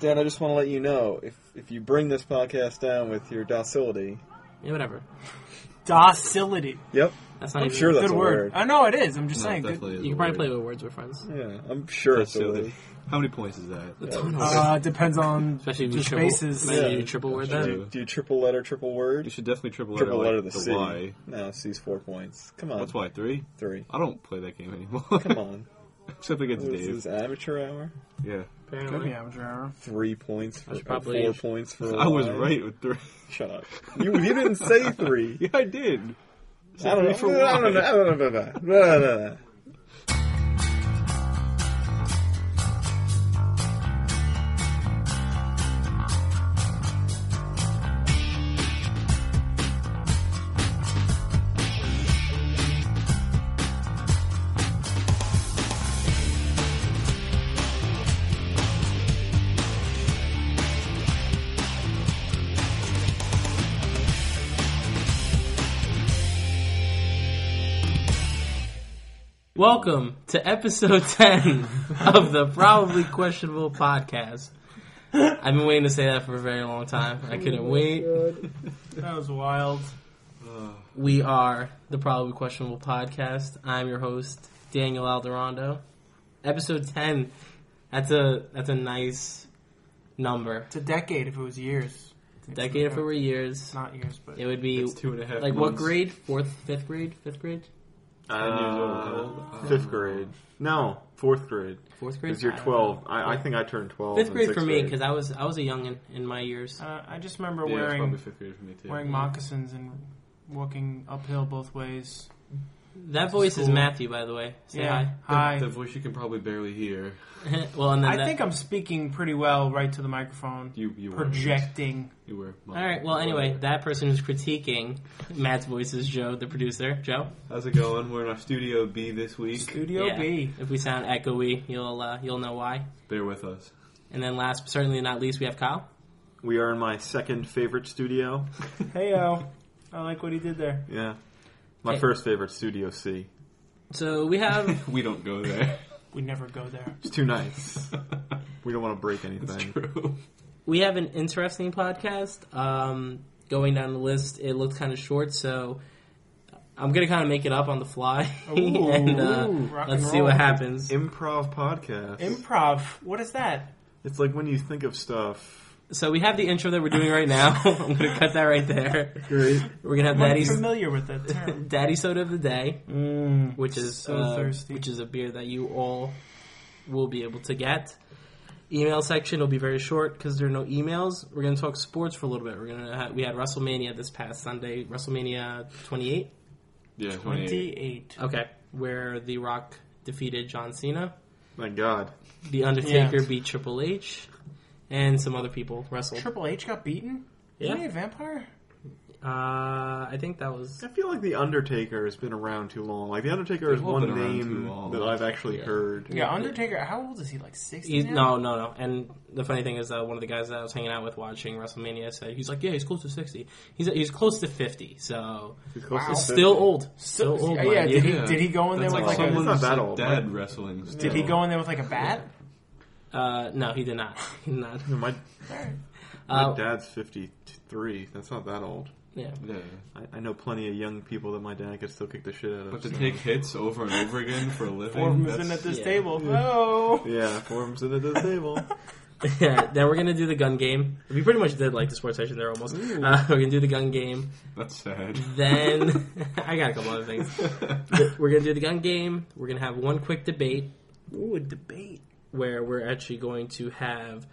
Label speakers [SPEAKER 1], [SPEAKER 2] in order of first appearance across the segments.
[SPEAKER 1] Dan, I just want to let you know if if you bring this podcast down with your docility.
[SPEAKER 2] Yeah, whatever.
[SPEAKER 3] Docility.
[SPEAKER 1] Yep.
[SPEAKER 2] That's not
[SPEAKER 1] I'm
[SPEAKER 2] even
[SPEAKER 1] sure that's
[SPEAKER 3] Good
[SPEAKER 1] a
[SPEAKER 3] word.
[SPEAKER 1] word.
[SPEAKER 3] I know it is. I'm just
[SPEAKER 4] No,
[SPEAKER 3] saying.
[SPEAKER 4] it
[SPEAKER 3] Good.
[SPEAKER 4] definitely is
[SPEAKER 2] You
[SPEAKER 4] a
[SPEAKER 2] can probably play
[SPEAKER 4] word.
[SPEAKER 2] with words. We're friends,
[SPEAKER 1] Yeah, I'm sure it's a
[SPEAKER 4] Docility.
[SPEAKER 1] word.
[SPEAKER 4] How many points is that?
[SPEAKER 3] Uh, depends on
[SPEAKER 2] especially if you
[SPEAKER 3] just
[SPEAKER 2] triple.
[SPEAKER 3] bases.
[SPEAKER 2] Maybe
[SPEAKER 1] Yeah.
[SPEAKER 2] you triple word
[SPEAKER 1] Do
[SPEAKER 2] that.
[SPEAKER 1] you, do you triple letter, triple word?
[SPEAKER 4] You should definitely triple letter,
[SPEAKER 1] triple
[SPEAKER 4] like,
[SPEAKER 1] letter the, city.
[SPEAKER 4] Y.
[SPEAKER 1] No, C's four points.
[SPEAKER 5] Um,
[SPEAKER 1] Come on.
[SPEAKER 4] What's Y? Three?
[SPEAKER 1] Three.
[SPEAKER 4] I don't play that game anymore.
[SPEAKER 1] Come on.
[SPEAKER 4] Except against
[SPEAKER 1] What is
[SPEAKER 4] Dave.
[SPEAKER 1] this amateur hour?
[SPEAKER 4] Yeah.
[SPEAKER 3] Could
[SPEAKER 2] Apparently.
[SPEAKER 3] be amateur hour.
[SPEAKER 1] Three points for
[SPEAKER 2] was
[SPEAKER 1] or
[SPEAKER 2] probably-
[SPEAKER 1] four points for. a
[SPEAKER 4] I was
[SPEAKER 1] lie?
[SPEAKER 4] right with three.
[SPEAKER 1] Shut up. You, you didn't say three.
[SPEAKER 4] Yeah, I did.
[SPEAKER 1] I don't know.
[SPEAKER 4] for
[SPEAKER 1] I don't know.
[SPEAKER 4] Y.
[SPEAKER 1] I don't know. I don't know. I don't know.
[SPEAKER 2] Welcome to episode 10 of the Probably Questionable podcast. I've been waiting to say that for a very long time. I couldn't wait.
[SPEAKER 3] That was wild.
[SPEAKER 2] We are the Probably Questionable podcast. I'm your host, Daniel Alderondo. Episode 10. That's a that's a nice number.
[SPEAKER 3] It's a decade if it was years.
[SPEAKER 2] Decade if it were years,
[SPEAKER 3] Not years, but
[SPEAKER 2] it would be
[SPEAKER 4] It's two and a half.
[SPEAKER 2] like what
[SPEAKER 4] months.
[SPEAKER 2] grade? 4th, 5th grade? 5th grade?
[SPEAKER 4] Uh,
[SPEAKER 5] Uh, fifth grade. No, fourth grade.
[SPEAKER 2] 4th grade?
[SPEAKER 5] Because you're
[SPEAKER 2] I don't
[SPEAKER 5] 12. I, I think I turned 12.
[SPEAKER 2] know. 5th
[SPEAKER 5] in
[SPEAKER 2] grade for
[SPEAKER 5] sixth
[SPEAKER 2] me
[SPEAKER 5] grade.
[SPEAKER 2] cuz I was I was a youngin in my years.
[SPEAKER 3] Uh, I just remember
[SPEAKER 4] Yeah, it's probably
[SPEAKER 3] wearing
[SPEAKER 4] fifth grade for me too.
[SPEAKER 3] wearing moccasins and walking uphill both ways.
[SPEAKER 2] That voice is
[SPEAKER 3] Cool.
[SPEAKER 2] Matthew by the way. Say
[SPEAKER 3] yeah,
[SPEAKER 4] The-
[SPEAKER 3] hi.
[SPEAKER 4] The voice you can probably barely hear.
[SPEAKER 2] hi. well, and then
[SPEAKER 3] I
[SPEAKER 2] that-
[SPEAKER 3] think I'm speaking pretty well right to the microphone,
[SPEAKER 4] You you were
[SPEAKER 3] projecting.
[SPEAKER 4] You were.
[SPEAKER 2] All right. Well, anyway, that person who's critiquing Matt's voice is Joe, the producer. Joe,
[SPEAKER 4] how's it going? We're in our studio B this week.
[SPEAKER 3] Studio
[SPEAKER 2] Yeah.
[SPEAKER 3] B.
[SPEAKER 2] if we sound echoey, you'll uh, you'll know why.
[SPEAKER 4] Bear with us.
[SPEAKER 2] And then last, but certainly not least, we have Kyle.
[SPEAKER 5] We are in my second favorite studio.
[SPEAKER 3] Heyo. I like what he did there.
[SPEAKER 5] Yeah. My
[SPEAKER 2] Okay.
[SPEAKER 5] first favorite, Studio C.
[SPEAKER 2] So we have
[SPEAKER 4] we don't go there.
[SPEAKER 3] We never go there.
[SPEAKER 5] It's too nice. We don't want to break
[SPEAKER 4] That's
[SPEAKER 5] anything.
[SPEAKER 4] true.
[SPEAKER 2] we have an interesting podcast. Um, going down the list, it looked kind of short, so I'm gonna kind of make it up on the fly,
[SPEAKER 3] Ooh,
[SPEAKER 2] and uh,
[SPEAKER 3] rock
[SPEAKER 2] let's
[SPEAKER 3] and
[SPEAKER 2] see
[SPEAKER 3] roll.
[SPEAKER 2] what happens.
[SPEAKER 5] Improv podcast.
[SPEAKER 3] Improv. What is that?
[SPEAKER 5] it's like when you think of stuff.
[SPEAKER 2] So we have the intro that we're doing right now. I'm gonna cut that right there.
[SPEAKER 5] Great.
[SPEAKER 2] We're gonna have
[SPEAKER 3] I'm
[SPEAKER 2] Daddy's
[SPEAKER 3] familiar with that term.
[SPEAKER 2] Daddy Soda of the day.
[SPEAKER 3] Mm.
[SPEAKER 2] which is
[SPEAKER 3] So
[SPEAKER 2] uh,
[SPEAKER 3] thirsty.
[SPEAKER 2] which is a beer that you all will be able to get. Email section will be very short because there are no emails. We're going to talk sports for a little bit. We're going to ha- we had WrestleMania this past Sunday, WrestleMania 28.
[SPEAKER 4] Yeah, 28.
[SPEAKER 3] 28.
[SPEAKER 2] Okay, where The Rock defeated John Cena,
[SPEAKER 5] My God.
[SPEAKER 2] The Undertaker
[SPEAKER 3] Yeah.
[SPEAKER 2] beat Triple H, and some other people wrestled.
[SPEAKER 3] Triple H got beaten?
[SPEAKER 2] Yeah.
[SPEAKER 3] Isn't he a vampire?
[SPEAKER 2] Uh, I think that was
[SPEAKER 5] I feel like The Undertaker has been around too long. Like, The Undertaker is
[SPEAKER 4] They've all
[SPEAKER 5] one
[SPEAKER 4] been around
[SPEAKER 5] name
[SPEAKER 4] too long.
[SPEAKER 5] that I've actually
[SPEAKER 2] Yeah.
[SPEAKER 5] heard.
[SPEAKER 3] Yeah, Undertaker. How old is he? Like 60?
[SPEAKER 2] He's,
[SPEAKER 3] now?
[SPEAKER 2] e-, no, no, no. And the funny thing is, uh, one of the guys that I was hanging out with watching WrestleMania said he's like, yeah, he's close to sixty. He's he's close to fifty, so
[SPEAKER 5] He's close to
[SPEAKER 3] Wow.
[SPEAKER 5] 50.
[SPEAKER 2] still old,
[SPEAKER 3] So,
[SPEAKER 2] still old.
[SPEAKER 3] yeah,
[SPEAKER 2] mind you.
[SPEAKER 3] Did he- did he go in there
[SPEAKER 4] That's
[SPEAKER 3] with,
[SPEAKER 4] like,
[SPEAKER 5] like, a-
[SPEAKER 4] someone's
[SPEAKER 5] It's not that old,
[SPEAKER 4] dad
[SPEAKER 5] right?
[SPEAKER 4] wrestling? Still.
[SPEAKER 3] Did he go in there with like a bat?
[SPEAKER 2] Uh, no, he did not. He did not.
[SPEAKER 5] My, my
[SPEAKER 2] Uh,
[SPEAKER 5] dad's 53. That's not that old.
[SPEAKER 2] yeah.
[SPEAKER 4] Yeah.
[SPEAKER 5] I, I know plenty of young people that my dad could still kick the shit out of.
[SPEAKER 4] But to
[SPEAKER 5] so-
[SPEAKER 4] take hits over and over again for a living.
[SPEAKER 3] Four of them is
[SPEAKER 4] that's-
[SPEAKER 3] in at this
[SPEAKER 2] yeah.
[SPEAKER 3] table. Oh.
[SPEAKER 5] yeah, forms it at the table.
[SPEAKER 2] yeah. Then we're gonna do the gun game. We pretty much did like the sports section there almost. Uh, we're gonna do the gun game.
[SPEAKER 4] That's sad.
[SPEAKER 2] Then I got a couple other things. We're gonna do the gun game. We're gonna have one quick debate.
[SPEAKER 3] Ooh, a debate.
[SPEAKER 2] where we're actually going to have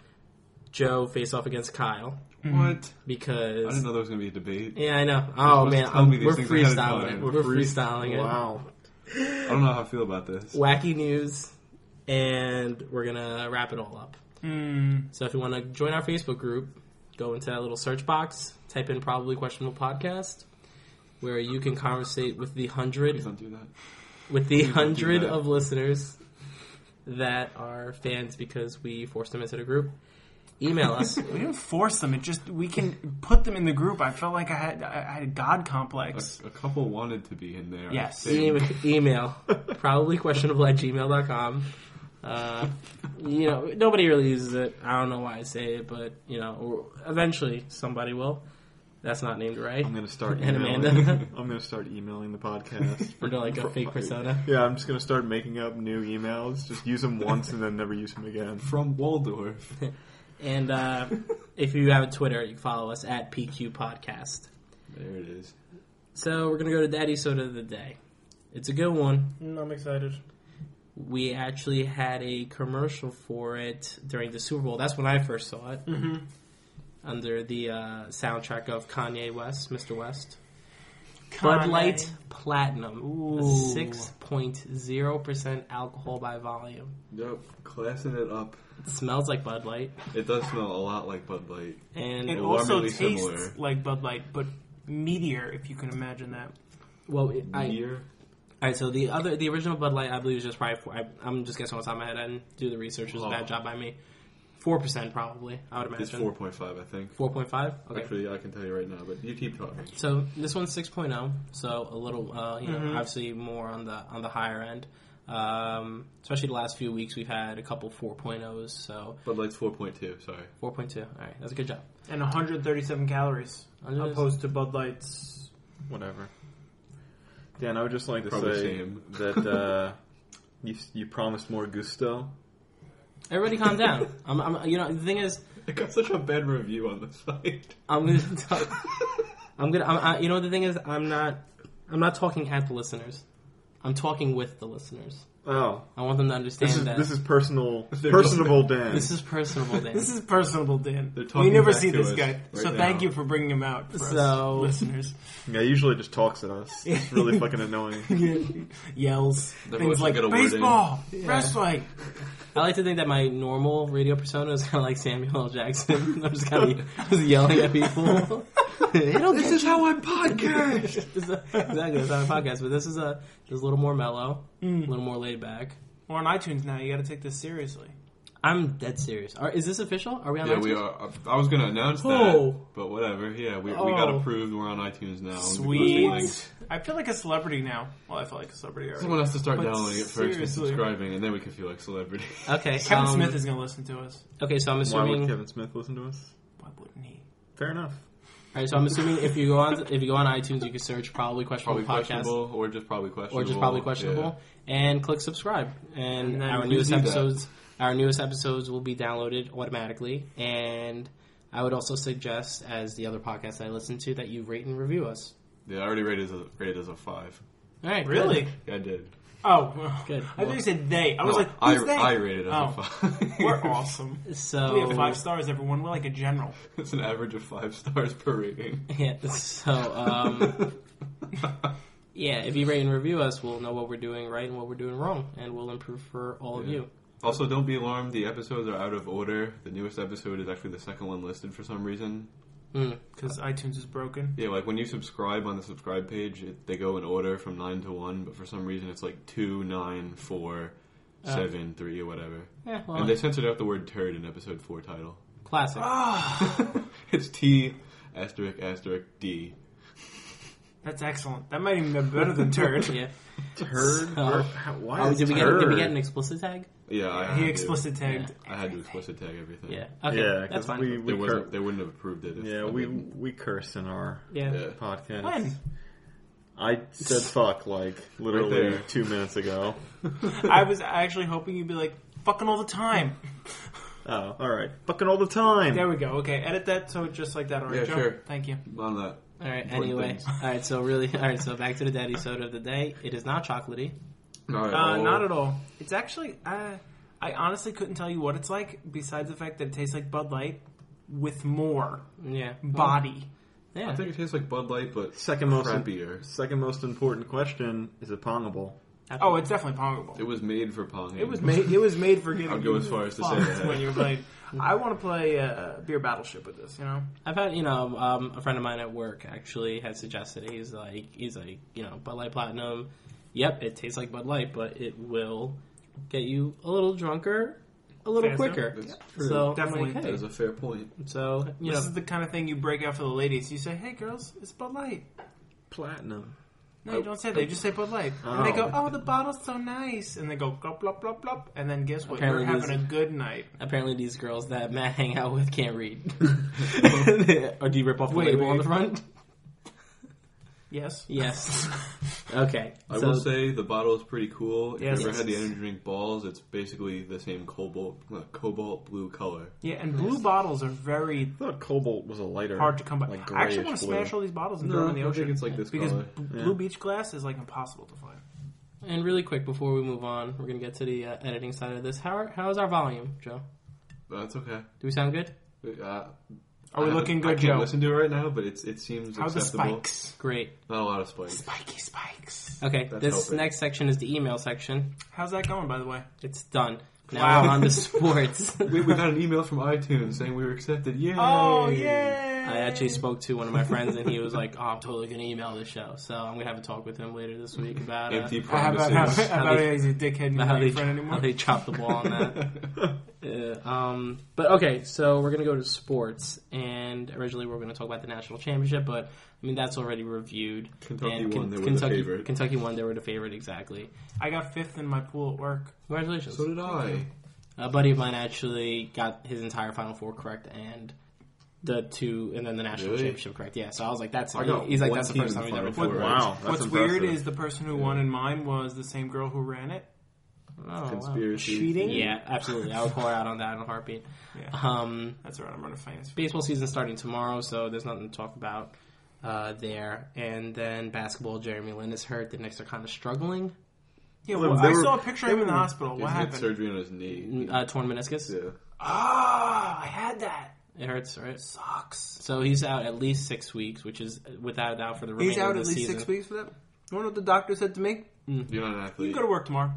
[SPEAKER 2] Joe face off against Kyle
[SPEAKER 3] Mm.
[SPEAKER 4] what?
[SPEAKER 2] because
[SPEAKER 4] I didn't know there was going to be a debate.
[SPEAKER 2] yeah, I know. Oh
[SPEAKER 4] supposed to
[SPEAKER 2] man,
[SPEAKER 4] tell
[SPEAKER 2] I'm-
[SPEAKER 4] me these
[SPEAKER 2] we're
[SPEAKER 4] things ahead of
[SPEAKER 2] freestyling
[SPEAKER 4] time.
[SPEAKER 2] it. We're,
[SPEAKER 4] We're
[SPEAKER 2] freestyling
[SPEAKER 5] Wow.
[SPEAKER 4] I don't know how I feel about this.
[SPEAKER 2] it. Wacky news, and we're gonna wrap it all up.
[SPEAKER 3] Hmm.
[SPEAKER 2] So if you want to join our Facebook group, go into that little search box, type in probably questionable podcast, where you can conversate with the
[SPEAKER 4] Please
[SPEAKER 2] hundred
[SPEAKER 4] don't do that.
[SPEAKER 2] with the
[SPEAKER 4] don't do
[SPEAKER 2] hundred
[SPEAKER 4] that.
[SPEAKER 2] of listeners that are fans because we forced them into the group. Email us.
[SPEAKER 3] We didn't force them. It just we can put them in the group. I felt like I had I had a god complex.
[SPEAKER 4] A, a couple wanted to be in there. I
[SPEAKER 3] Yes.
[SPEAKER 4] think.
[SPEAKER 2] E- email probably questionable at gmail.com Uh, you know, nobody really uses it. I don't know why I say it, but you know, or- eventually somebody will. That's not named right.
[SPEAKER 5] I'm gonna start
[SPEAKER 2] And
[SPEAKER 5] emailing.
[SPEAKER 2] Amanda.
[SPEAKER 5] I'm gonna start emailing the podcast.
[SPEAKER 2] Or like a fake persona.
[SPEAKER 5] Yeah, I'm just gonna start making up new emails. Just use them once and then never use them again.
[SPEAKER 4] From Waldorf.
[SPEAKER 2] And uh, if you have a Twitter, you can follow us at PQ Podcast.
[SPEAKER 4] There it is.
[SPEAKER 2] So we're gonna go to Daddy Soda of the day. It's a good one.
[SPEAKER 3] Mm, I'm excited.
[SPEAKER 2] We actually had a commercial for it during the Super Bowl. That's when I first saw it
[SPEAKER 3] Mhm.
[SPEAKER 2] under the uh, soundtrack of Kanye West, Mr. West. Bud
[SPEAKER 3] Kanye.
[SPEAKER 2] Light Platinum,
[SPEAKER 3] Ooh.
[SPEAKER 2] six point zero percent alcohol by volume.
[SPEAKER 4] Yep. Classing it up.
[SPEAKER 2] It smells like Bud Light,
[SPEAKER 4] It does smell a lot like Bud Light.
[SPEAKER 2] and
[SPEAKER 3] It
[SPEAKER 4] Alarmingly
[SPEAKER 3] also tastes
[SPEAKER 4] similar.
[SPEAKER 3] like Bud Light, but meteor, if you can imagine that.
[SPEAKER 2] well, it, I,
[SPEAKER 4] Beer.
[SPEAKER 2] All right, so the other, the original Bud Light, I believe, is just probably. Four, I, I'm just guessing off the top of my head. I didn't do the research. It was a bad
[SPEAKER 4] Oh.
[SPEAKER 2] job by me. Four percent, probably. I would
[SPEAKER 4] It's
[SPEAKER 2] imagine.
[SPEAKER 4] four point five, I think.
[SPEAKER 2] Four point five. Okay.
[SPEAKER 4] Actually, I can tell you right now, but you keep talking.
[SPEAKER 2] So this one's 6.0, so a little, uh, you know,
[SPEAKER 5] Mm-hmm.
[SPEAKER 3] Mhm.
[SPEAKER 2] obviously more on the on the higher end. Um, especially the last few weeks, we've had a couple 4.0s. So
[SPEAKER 4] Bud Light's four point two. Sorry.
[SPEAKER 2] 4.2. All right, that's a good job.
[SPEAKER 3] And 137 calories,
[SPEAKER 2] Hundred-
[SPEAKER 3] opposed to Bud Light's.
[SPEAKER 5] Whatever. Dan, I would just like to
[SPEAKER 4] Probably
[SPEAKER 5] say
[SPEAKER 4] same.
[SPEAKER 5] that uh, you you promised more gusto.
[SPEAKER 2] Everybody, calm down. I'm, I'm, you know, the thing is,
[SPEAKER 4] It got such a bad review on the site.
[SPEAKER 2] I'm gonna, talk, I'm gonna, I'm, I, you know, the thing is, I'm not, I'm not talking at the listeners. I'm talking with the listeners.
[SPEAKER 5] Oh,
[SPEAKER 2] I want them to understand
[SPEAKER 5] this is
[SPEAKER 2] that
[SPEAKER 5] this is personal,
[SPEAKER 4] They're
[SPEAKER 5] personable Dan.
[SPEAKER 2] uh, this is personable, Dan.
[SPEAKER 3] This is personable, Dan.
[SPEAKER 4] They're talking
[SPEAKER 3] We never
[SPEAKER 4] back
[SPEAKER 3] see
[SPEAKER 4] to
[SPEAKER 3] this
[SPEAKER 4] us
[SPEAKER 3] guy,
[SPEAKER 4] right
[SPEAKER 3] so
[SPEAKER 4] now.
[SPEAKER 3] thank you for bringing him out for
[SPEAKER 2] So-
[SPEAKER 3] us, listeners.
[SPEAKER 5] yeah, he usually just talks at us. It's really fucking annoying.
[SPEAKER 3] Yells,
[SPEAKER 4] They're
[SPEAKER 3] things
[SPEAKER 4] both
[SPEAKER 3] like
[SPEAKER 4] gonna word in.
[SPEAKER 3] baseball, wrestling.
[SPEAKER 2] I like to think that my normal radio persona is kind of like Samuel L. Jackson. I'm just kind of just yelling at people. It'll
[SPEAKER 4] This is how I podcast.
[SPEAKER 2] This is- exactly, that's how I podcast. But this is a this is a little more mellow,
[SPEAKER 4] Mm.
[SPEAKER 2] a little more laid back.
[SPEAKER 3] We're on iTunes now. You got to take this seriously.
[SPEAKER 2] I'm dead serious. Are, is this official? Are we on
[SPEAKER 4] yeah,
[SPEAKER 2] iTunes?
[SPEAKER 4] we are. uh, I was gonna announce
[SPEAKER 2] Oh.
[SPEAKER 4] that, but whatever. Yeah, we, we got
[SPEAKER 3] Oh.
[SPEAKER 4] approved. We're on iTunes now.
[SPEAKER 3] Sweet. I feel like a celebrity now. Well, I feel like a celebrity already.
[SPEAKER 4] Someone has to start
[SPEAKER 3] But
[SPEAKER 4] downloading it first and
[SPEAKER 3] seriously.
[SPEAKER 4] subscribing, and then we can feel like celebrity.
[SPEAKER 2] Okay,
[SPEAKER 3] Kevin
[SPEAKER 2] um,
[SPEAKER 3] Smith is going to listen to us.
[SPEAKER 2] Okay, so I'm
[SPEAKER 5] Why would
[SPEAKER 2] assuming. All
[SPEAKER 5] Kevin Smith listen to us?
[SPEAKER 3] Why wouldn't he?
[SPEAKER 5] Fair enough.
[SPEAKER 2] right, so I'm assuming if you go on if you go on iTunes, you can search probably questionable
[SPEAKER 4] probably
[SPEAKER 2] podcast
[SPEAKER 4] questionable, or just probably questionable,
[SPEAKER 2] or just probably questionable, and click subscribe. And,
[SPEAKER 3] And then
[SPEAKER 2] our
[SPEAKER 3] we
[SPEAKER 2] newest
[SPEAKER 4] do that.
[SPEAKER 2] episodes, our newest episodes will be downloaded automatically. And I would also suggest, as the other podcasts I listen to, that you rate and review us.
[SPEAKER 4] Yeah. yeah, I already rated as a, rated as a five.
[SPEAKER 2] All right, good.
[SPEAKER 3] Really?
[SPEAKER 4] Yeah, I did.
[SPEAKER 3] Oh, well,
[SPEAKER 2] Good.
[SPEAKER 3] I thought you said they. I
[SPEAKER 4] No,
[SPEAKER 3] was like,
[SPEAKER 4] I,
[SPEAKER 3] who's they?
[SPEAKER 4] I rated as
[SPEAKER 3] Oh.
[SPEAKER 4] a five.
[SPEAKER 3] We're awesome.
[SPEAKER 2] So
[SPEAKER 3] We have five stars, everyone. We're like a general.
[SPEAKER 4] it's an average of five stars per rating.
[SPEAKER 2] Yeah, so um, yeah, if you rate and review us, we'll know what we're doing right and what we're doing wrong, and we'll improve for all of
[SPEAKER 4] Yeah.
[SPEAKER 2] you.
[SPEAKER 4] Also, don't be alarmed. The episodes are out of order. The newest episode is actually the second one listed for some reason.
[SPEAKER 2] Hmm.
[SPEAKER 3] Because iTunes is broken.
[SPEAKER 4] Yeah, like when you subscribe on the subscribe page, it, they go in order from nine to one, but for some reason it's like two, nine, four,
[SPEAKER 3] Uh.
[SPEAKER 2] Oh.
[SPEAKER 4] seven, three, or whatever.
[SPEAKER 2] Yeah, well,
[SPEAKER 4] And they censored out the word "turd" in episode four title.
[SPEAKER 2] classic.
[SPEAKER 3] Ah,
[SPEAKER 4] Ah, it's T asterisk asterisk D.
[SPEAKER 3] That's excellent. That might even be better than turd.
[SPEAKER 2] yeah.
[SPEAKER 5] Turd.
[SPEAKER 2] So-
[SPEAKER 5] Or- how- why
[SPEAKER 2] Oh,
[SPEAKER 5] is
[SPEAKER 2] did we get
[SPEAKER 5] turd?
[SPEAKER 2] did we get an explicit tag?
[SPEAKER 4] Yeah, I had
[SPEAKER 3] he
[SPEAKER 4] to-
[SPEAKER 3] explicit tagged.
[SPEAKER 4] I had to explicit tag everything.
[SPEAKER 2] Yeah. Okay.
[SPEAKER 5] yeah, because
[SPEAKER 2] that's fine.
[SPEAKER 5] we,
[SPEAKER 4] they
[SPEAKER 5] we cur-
[SPEAKER 4] wasn't. They wouldn't have approved it. if-
[SPEAKER 5] yeah
[SPEAKER 4] I
[SPEAKER 5] we
[SPEAKER 4] mean,
[SPEAKER 5] we curse in our
[SPEAKER 2] yeah.
[SPEAKER 4] yeah.
[SPEAKER 5] podcast.
[SPEAKER 3] When?
[SPEAKER 5] I said fuck like literally
[SPEAKER 4] there.
[SPEAKER 5] two minutes ago.
[SPEAKER 3] I was actually hoping you'd be like, fucking all the time.
[SPEAKER 5] Oh, all right, fucking all the time.
[SPEAKER 3] There we go. Okay, edit that so it's just like that, alright,
[SPEAKER 4] Yeah,
[SPEAKER 3] Joe?
[SPEAKER 4] sure.
[SPEAKER 3] Thank you.
[SPEAKER 4] On that.
[SPEAKER 2] All right.
[SPEAKER 4] Important
[SPEAKER 2] Anyway,
[SPEAKER 4] things.
[SPEAKER 2] all right. So really, all right. So back to the daddy soda of the day. It is not chocolatey.
[SPEAKER 4] All right,
[SPEAKER 3] Uh,
[SPEAKER 4] well,
[SPEAKER 3] Not at all. It's actually, uh, I honestly couldn't tell you what it's like besides the fact that it tastes like Bud Light with more
[SPEAKER 2] Yeah.
[SPEAKER 3] body.
[SPEAKER 2] Yeah.
[SPEAKER 4] I think it tastes like Bud Light, but
[SPEAKER 5] Second most
[SPEAKER 4] crappier.
[SPEAKER 5] second most important question is it pongable?
[SPEAKER 3] Oh, it's definitely pongable.
[SPEAKER 4] It was made for Pong.
[SPEAKER 3] It was made. It was made for giving.
[SPEAKER 4] I'd go as
[SPEAKER 3] you
[SPEAKER 4] far as to
[SPEAKER 3] fucks
[SPEAKER 4] say that.
[SPEAKER 3] when you're playing. I want to play uh, beer battleship with this. You know,
[SPEAKER 2] I've had you know um, a friend of mine at work actually had suggested it. he's like he's like you know Bud Light Platinum. Yep, it tastes like Bud Light, but it will get you a little drunker, a little
[SPEAKER 3] Faster.
[SPEAKER 2] quicker.
[SPEAKER 4] That's true.
[SPEAKER 2] So definitely.
[SPEAKER 3] Definitely
[SPEAKER 4] that is a fair point.
[SPEAKER 2] So you
[SPEAKER 3] this
[SPEAKER 2] know
[SPEAKER 3] is the kind of thing you break out for the ladies. You say, "Hey, girls, it's Bud Light."
[SPEAKER 5] Platinum.
[SPEAKER 3] No, you don't say that. You just say Bud Light. And they go, oh, the bottle's so nice. And they go, glop, glop, glop, glop. And then guess what?
[SPEAKER 2] Apparently
[SPEAKER 3] You're
[SPEAKER 2] this-
[SPEAKER 3] having a good night.
[SPEAKER 2] Apparently, these girls that Matt hang out with can't read. or do you rip off the
[SPEAKER 3] Wait,
[SPEAKER 2] label on
[SPEAKER 3] wait.
[SPEAKER 2] the front?
[SPEAKER 3] Yes?
[SPEAKER 2] Yes. Okay.
[SPEAKER 4] I
[SPEAKER 2] so
[SPEAKER 4] will say the bottle is pretty cool. If
[SPEAKER 3] Yes.
[SPEAKER 4] you ever had the
[SPEAKER 3] Yes.
[SPEAKER 4] energy drink balls, it's basically the same cobalt uh, cobalt blue color.
[SPEAKER 3] Yeah, and blue bottles are very
[SPEAKER 5] I thought cobalt was a lighter.
[SPEAKER 3] hard to come by.
[SPEAKER 5] Like
[SPEAKER 3] I actually want
[SPEAKER 5] grayish
[SPEAKER 3] to
[SPEAKER 5] blue.
[SPEAKER 3] smash all these bottles and
[SPEAKER 4] No,
[SPEAKER 3] throw them in
[SPEAKER 4] I
[SPEAKER 3] the
[SPEAKER 4] think
[SPEAKER 3] ocean.
[SPEAKER 4] it's like this
[SPEAKER 3] because
[SPEAKER 4] color.
[SPEAKER 3] b- blue beach glass is like impossible to find.
[SPEAKER 2] And really quick before we move on, we're gonna get to the uh, editing side of this. How are, how is our volume, Joe?
[SPEAKER 4] That's okay.
[SPEAKER 2] Do we sound good?
[SPEAKER 4] Uh,
[SPEAKER 3] Are
[SPEAKER 4] I
[SPEAKER 3] we
[SPEAKER 4] haven't-
[SPEAKER 3] looking
[SPEAKER 4] I
[SPEAKER 3] good,
[SPEAKER 4] can't
[SPEAKER 3] Joe?
[SPEAKER 4] listen to it right now, but it's it seems
[SPEAKER 3] How are the
[SPEAKER 4] acceptable.
[SPEAKER 3] spikes?
[SPEAKER 2] Great.
[SPEAKER 4] Not a lot of spikes.
[SPEAKER 3] Spiky spikes.
[SPEAKER 2] Okay.
[SPEAKER 4] That's
[SPEAKER 2] this
[SPEAKER 4] helping.
[SPEAKER 2] next section is the email section.
[SPEAKER 3] How's that going, by the way?
[SPEAKER 2] It's done. Now
[SPEAKER 3] Wow.
[SPEAKER 2] we're on to sports.
[SPEAKER 4] we, we got an email from iTunes saying we were accepted. Yay!
[SPEAKER 3] Oh,
[SPEAKER 2] I actually spoke to one of my friends, and he was like, "Oh, I'm totally gonna email this show." So I'm gonna have a talk with him later this week about uh,
[SPEAKER 4] Empty
[SPEAKER 3] How about, how,
[SPEAKER 4] promises.
[SPEAKER 3] how about he's a dickhead and
[SPEAKER 2] about
[SPEAKER 3] not
[SPEAKER 2] how they
[SPEAKER 3] your friend
[SPEAKER 2] how
[SPEAKER 3] anymore?
[SPEAKER 2] they chopped the ball on that. Uh, um, but okay, so we're gonna go to sports, and originally we are gonna talk about the national championship, but I mean that's already reviewed.
[SPEAKER 4] Kentucky
[SPEAKER 2] And
[SPEAKER 4] won, they were the
[SPEAKER 2] Kentucky,
[SPEAKER 4] favorite.
[SPEAKER 2] Kentucky won. They were the favorite exactly.
[SPEAKER 3] I got fifth in my pool at work.
[SPEAKER 2] Congratulations.
[SPEAKER 4] so did I.
[SPEAKER 2] A buddy of mine actually got his entire Final Four correct, and the two, and then the national
[SPEAKER 4] Really?
[SPEAKER 2] championship correct. Yeah, so I was like, that's
[SPEAKER 4] I got
[SPEAKER 2] he's like
[SPEAKER 4] one
[SPEAKER 2] that's the
[SPEAKER 4] team
[SPEAKER 2] first
[SPEAKER 4] in
[SPEAKER 2] time
[SPEAKER 4] the
[SPEAKER 2] he's ever.
[SPEAKER 4] Final
[SPEAKER 2] played.
[SPEAKER 4] Four.
[SPEAKER 5] Wow, that's
[SPEAKER 3] What's
[SPEAKER 5] impressive.
[SPEAKER 3] weird is the person who won in mine was the same girl who ran it.
[SPEAKER 2] Oh, wow.
[SPEAKER 4] Conspiracy.
[SPEAKER 3] Cheating?
[SPEAKER 2] Yeah, absolutely. I would call her out on that in a heartbeat.
[SPEAKER 3] Yeah,
[SPEAKER 2] Um,
[SPEAKER 3] that's all right. I'm running finance.
[SPEAKER 2] baseball season starting tomorrow, so there's nothing to talk about uh, there. And then basketball, Jeremy Lin is hurt. The Knicks are kind of struggling.
[SPEAKER 3] Yeah,
[SPEAKER 5] Well,
[SPEAKER 3] well,
[SPEAKER 5] they
[SPEAKER 3] I
[SPEAKER 5] were-
[SPEAKER 3] saw a picture of him in the hospital.
[SPEAKER 4] He
[SPEAKER 3] What
[SPEAKER 4] had
[SPEAKER 3] happened?
[SPEAKER 4] surgery on his knee.
[SPEAKER 2] Uh, torn meniscus.
[SPEAKER 4] Yeah.
[SPEAKER 3] Ah, I had that.
[SPEAKER 2] It hurts, right?
[SPEAKER 3] Sucks.
[SPEAKER 2] So he's out at least six weeks, which is without a doubt for the remainder
[SPEAKER 3] He's out
[SPEAKER 2] of
[SPEAKER 3] at
[SPEAKER 2] the
[SPEAKER 3] least
[SPEAKER 2] season.
[SPEAKER 3] six weeks for that. You know what the doctor said to me?
[SPEAKER 4] You're not an athlete.
[SPEAKER 3] You go to work tomorrow.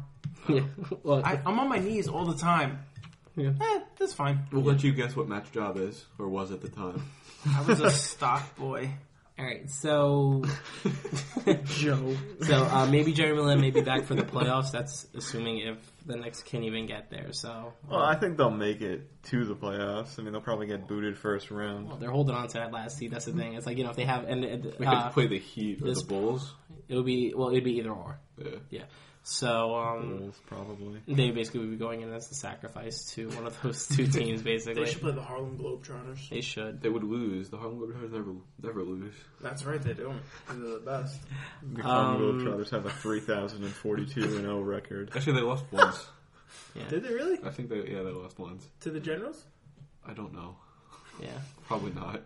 [SPEAKER 2] Yeah. well,
[SPEAKER 3] I, I'm on my knees all the time.
[SPEAKER 2] Yeah.
[SPEAKER 3] Eh, that's fine.
[SPEAKER 4] We'll let you guess what Matt's job is, or was at the time.
[SPEAKER 3] I was a stock boy.
[SPEAKER 2] all right. So Joe. So uh, maybe Jeremy Lin may be back for the playoffs. That's assuming if the Knicks can even get there. So
[SPEAKER 5] Well, I think they'll make it to the playoffs. I mean, they'll probably get booted first round.
[SPEAKER 2] they're holding on to that last seed. That's the thing. It's like you know if they have and
[SPEAKER 4] They
[SPEAKER 2] uh,
[SPEAKER 4] could play the Heat or
[SPEAKER 2] this-
[SPEAKER 4] the Bulls.
[SPEAKER 2] it would be well it would be either or.
[SPEAKER 4] Yeah.
[SPEAKER 2] Yeah. So um,
[SPEAKER 5] Bulls, probably.
[SPEAKER 2] they basically would be going in as a sacrifice to one of those two teams. Basically,
[SPEAKER 3] play the Harlem Globetrotters.
[SPEAKER 2] they should.
[SPEAKER 4] They would lose. The Harlem Globetrotters never never lose.
[SPEAKER 3] That's right, they don't. They're the best.
[SPEAKER 5] The Harlem Globetrotters have a 3,042 and 0 record.
[SPEAKER 4] Actually, they lost once.
[SPEAKER 3] Did they really?
[SPEAKER 4] I think they yeah they lost once.
[SPEAKER 3] To the Generals?
[SPEAKER 4] I don't know.
[SPEAKER 2] Yeah.
[SPEAKER 4] Probably not.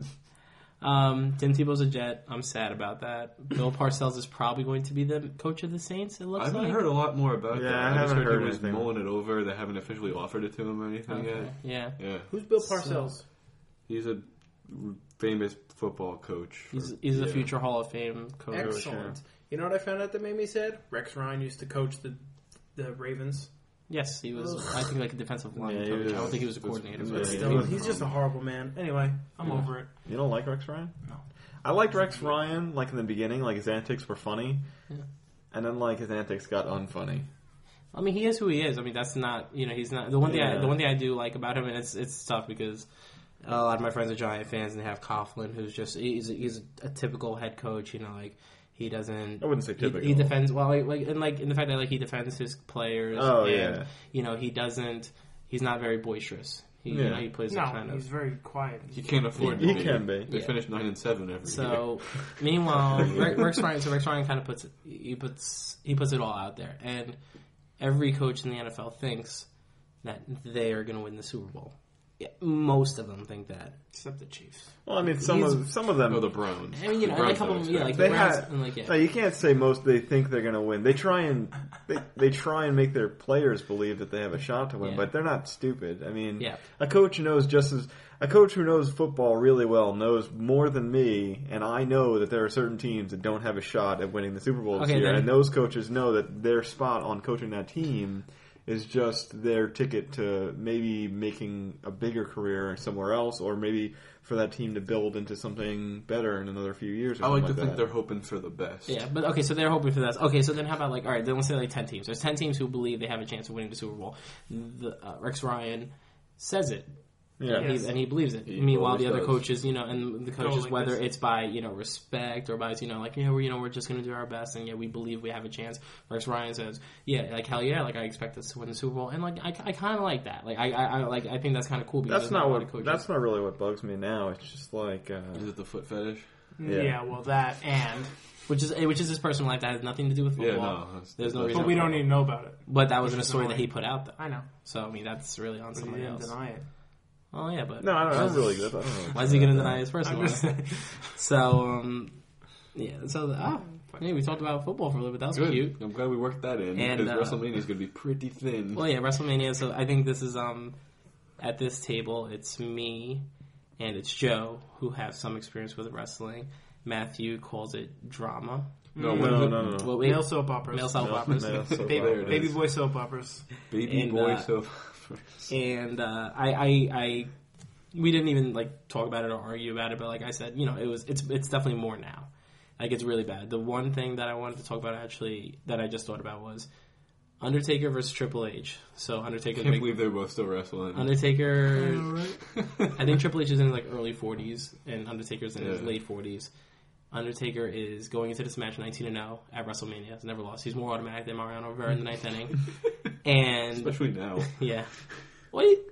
[SPEAKER 2] Um, Tim Tebow's a Jet. I'm sad about that. Bill Parcells is probably going to be the coach of the Saints. It
[SPEAKER 4] I
[SPEAKER 2] looks
[SPEAKER 4] haven't
[SPEAKER 2] like.
[SPEAKER 4] heard a lot more about
[SPEAKER 5] Yeah,
[SPEAKER 4] that.
[SPEAKER 5] I
[SPEAKER 4] just
[SPEAKER 5] haven't
[SPEAKER 4] heard
[SPEAKER 5] heard
[SPEAKER 4] he was
[SPEAKER 5] anything.
[SPEAKER 4] mulling it over. They haven't officially offered it to him or anything
[SPEAKER 2] Okay, Yeah.
[SPEAKER 4] yet. Yeah,
[SPEAKER 3] Who's Bill
[SPEAKER 2] Parcells?
[SPEAKER 4] he's a famous football coach. for-
[SPEAKER 2] He's, he's a
[SPEAKER 4] yeah.
[SPEAKER 2] future Hall of Fame coach.
[SPEAKER 3] Excellent. You know what I found out that made me sad? Rex Ryan used to coach the the Ravens.
[SPEAKER 2] Yes, he was. I think like a defensive line
[SPEAKER 5] Yeah, he
[SPEAKER 2] coach. I don't
[SPEAKER 5] was-
[SPEAKER 2] think he was a coordinator.
[SPEAKER 5] was-
[SPEAKER 2] but
[SPEAKER 5] was-
[SPEAKER 2] yeah,
[SPEAKER 5] Still,
[SPEAKER 2] he was-
[SPEAKER 5] he's
[SPEAKER 3] just a horrible man. Anyway, I'm over it.
[SPEAKER 5] You don't like Rex Ryan?
[SPEAKER 3] No.
[SPEAKER 5] I liked Rex Ryan, like, in the beginning. Like, his antics were funny. And then, like, his antics got unfunny.
[SPEAKER 2] I mean, he is who he is. I mean, that's not you know he's not the one thing. I,
[SPEAKER 5] Yeah.
[SPEAKER 2] the one thing I do like about him, and it's it's tough because a lot of my friends are Giant fans, and they have Coughlin, who's just he's he's a typical head coach. You know, like he doesn't.
[SPEAKER 5] I wouldn't say
[SPEAKER 2] he- He,
[SPEAKER 5] typical.
[SPEAKER 2] defends well, like, like and like in the fact that like he defends his players.
[SPEAKER 5] Oh,
[SPEAKER 2] and,
[SPEAKER 5] yeah.
[SPEAKER 2] You know, he doesn't. He's not very boisterous. He, you
[SPEAKER 5] Yeah.
[SPEAKER 2] know, he plays
[SPEAKER 3] No,
[SPEAKER 2] a kind
[SPEAKER 3] he's
[SPEAKER 2] of.
[SPEAKER 3] very quiet.
[SPEAKER 4] He can't afford.
[SPEAKER 5] He
[SPEAKER 4] to
[SPEAKER 5] can be.
[SPEAKER 4] They
[SPEAKER 2] Yeah.
[SPEAKER 4] finished nine and seven every year.
[SPEAKER 2] So, meanwhile, Rex Rex Ryan, so Rex Ryan kind of puts it, he puts he puts it all out there, and every coach in the NFL thinks that they are going to win the Super Bowl. Yeah, most of them think that.
[SPEAKER 3] Except the Chiefs.
[SPEAKER 5] Well, I mean, some of some of them.
[SPEAKER 4] Oh, the Browns.
[SPEAKER 2] I mean, you know, and
[SPEAKER 4] the
[SPEAKER 2] a
[SPEAKER 4] Browns
[SPEAKER 2] couple
[SPEAKER 4] don't
[SPEAKER 2] of them, yeah, like
[SPEAKER 4] expect it.
[SPEAKER 2] the
[SPEAKER 5] They
[SPEAKER 2] Browns,
[SPEAKER 5] had-
[SPEAKER 2] and like yeah,
[SPEAKER 5] No, you can't say most they think they're going to win. They try and they, they try and make their players believe that they have a shot to win,
[SPEAKER 2] Yeah.
[SPEAKER 5] but they're not stupid. I mean,
[SPEAKER 2] Yeah.
[SPEAKER 5] a coach knows just as a coach who knows football really well knows more than me, and I know that there are certain teams that don't have a shot at winning the Super Bowl this
[SPEAKER 2] Okay,
[SPEAKER 5] year,
[SPEAKER 2] then-
[SPEAKER 5] and those coaches know that their spot on coaching that team. Is just their ticket to maybe making a bigger career somewhere else, or maybe for that team to build into something better in another few years. Or
[SPEAKER 4] I like to
[SPEAKER 5] something
[SPEAKER 4] think
[SPEAKER 5] that.
[SPEAKER 4] they're hoping for the best.
[SPEAKER 2] yeah. But okay, so they're hoping for that. Okay, so then how about like all right, then let's say like ten teams. There's ten teams who believe they have a chance of winning the Super Bowl. The, uh, Rex Ryan says it.
[SPEAKER 1] Yeah.
[SPEAKER 2] And,
[SPEAKER 3] Yes.
[SPEAKER 2] he, and he believes it.
[SPEAKER 4] He
[SPEAKER 2] Meanwhile,
[SPEAKER 4] always
[SPEAKER 2] the other
[SPEAKER 4] does.
[SPEAKER 2] coaches, you know, and the coaches,
[SPEAKER 3] like
[SPEAKER 2] whether
[SPEAKER 3] this.
[SPEAKER 2] it's by you know respect or by you know like yeah, we're you know we're just gonna do our best and yeah, we believe we have a chance. Rex Ryan says, yeah, like hell yeah, like I expect us to win the Super Bowl, and like I, I kind of like that. Like I, I, I like I think that's kind of cool. Because
[SPEAKER 5] That's
[SPEAKER 2] there's
[SPEAKER 5] not
[SPEAKER 2] a lot of
[SPEAKER 5] what.
[SPEAKER 2] coaches-
[SPEAKER 5] That's not really what bugs me now. It's just like uh,
[SPEAKER 4] Is it the foot fetish?
[SPEAKER 5] Yeah.
[SPEAKER 3] Mm, Yeah. well, that and
[SPEAKER 2] which is which is his personal life that has nothing to do with football.
[SPEAKER 4] Yeah, no. that's-
[SPEAKER 2] There's no
[SPEAKER 4] that's-
[SPEAKER 2] reason.
[SPEAKER 3] but we don't even know about it.
[SPEAKER 2] But that wasn't a
[SPEAKER 3] Which is
[SPEAKER 2] story that
[SPEAKER 3] annoying.
[SPEAKER 2] he put out though.
[SPEAKER 3] I know.
[SPEAKER 2] So I mean, that's really on
[SPEAKER 3] But he
[SPEAKER 2] somebody
[SPEAKER 3] didn't
[SPEAKER 2] else.
[SPEAKER 3] deny it.
[SPEAKER 2] Oh yeah, but
[SPEAKER 5] no, I don't, I don't really. I don't know.
[SPEAKER 2] Why is he going to deny his personal
[SPEAKER 3] I'm just
[SPEAKER 2] life? so, um, yeah. So, ah, yeah, we talked about football for a little bit. That was
[SPEAKER 4] Good.
[SPEAKER 2] cute.
[SPEAKER 4] I'm glad we worked that in
[SPEAKER 2] And,
[SPEAKER 4] because
[SPEAKER 2] uh,
[SPEAKER 4] WrestleMania is going to be pretty thin.
[SPEAKER 2] Well, yeah, WrestleMania. So I think this is um, at this table, it's me and it's Joe who have some experience with wrestling. Matthew calls it drama.
[SPEAKER 4] no,
[SPEAKER 5] No,
[SPEAKER 4] what is
[SPEAKER 5] no,
[SPEAKER 4] it?
[SPEAKER 5] no, no.
[SPEAKER 2] Well, wait,
[SPEAKER 3] Male soap operas.
[SPEAKER 2] male soap
[SPEAKER 5] No,
[SPEAKER 2] operas.
[SPEAKER 5] no, so
[SPEAKER 3] Baby,
[SPEAKER 4] There it
[SPEAKER 5] far.
[SPEAKER 3] baby
[SPEAKER 4] is.
[SPEAKER 3] boy soap operas.
[SPEAKER 4] Baby
[SPEAKER 2] And,
[SPEAKER 4] boy
[SPEAKER 2] uh,
[SPEAKER 4] soap.
[SPEAKER 2] and uh, I, I, I, we didn't even like talk about it or argue about it. But like I said, you know, it was it's it's definitely more now. Like it's really bad. The one thing that I wanted to talk about actually that I just thought about was Undertaker versus Triple H. So Undertaker,
[SPEAKER 4] can't
[SPEAKER 2] big,
[SPEAKER 4] believe they're both still wrestling.
[SPEAKER 2] Undertaker. I think Triple H is in his, like early 40s, and Undertaker's in his
[SPEAKER 4] Yeah.
[SPEAKER 2] late 40s. Undertaker is going into this match 19 and 0 at WrestleMania. Has never lost. He's more automatic than Mariano Rivera in the ninth inning. And
[SPEAKER 4] Especially now.
[SPEAKER 2] yeah. Wait.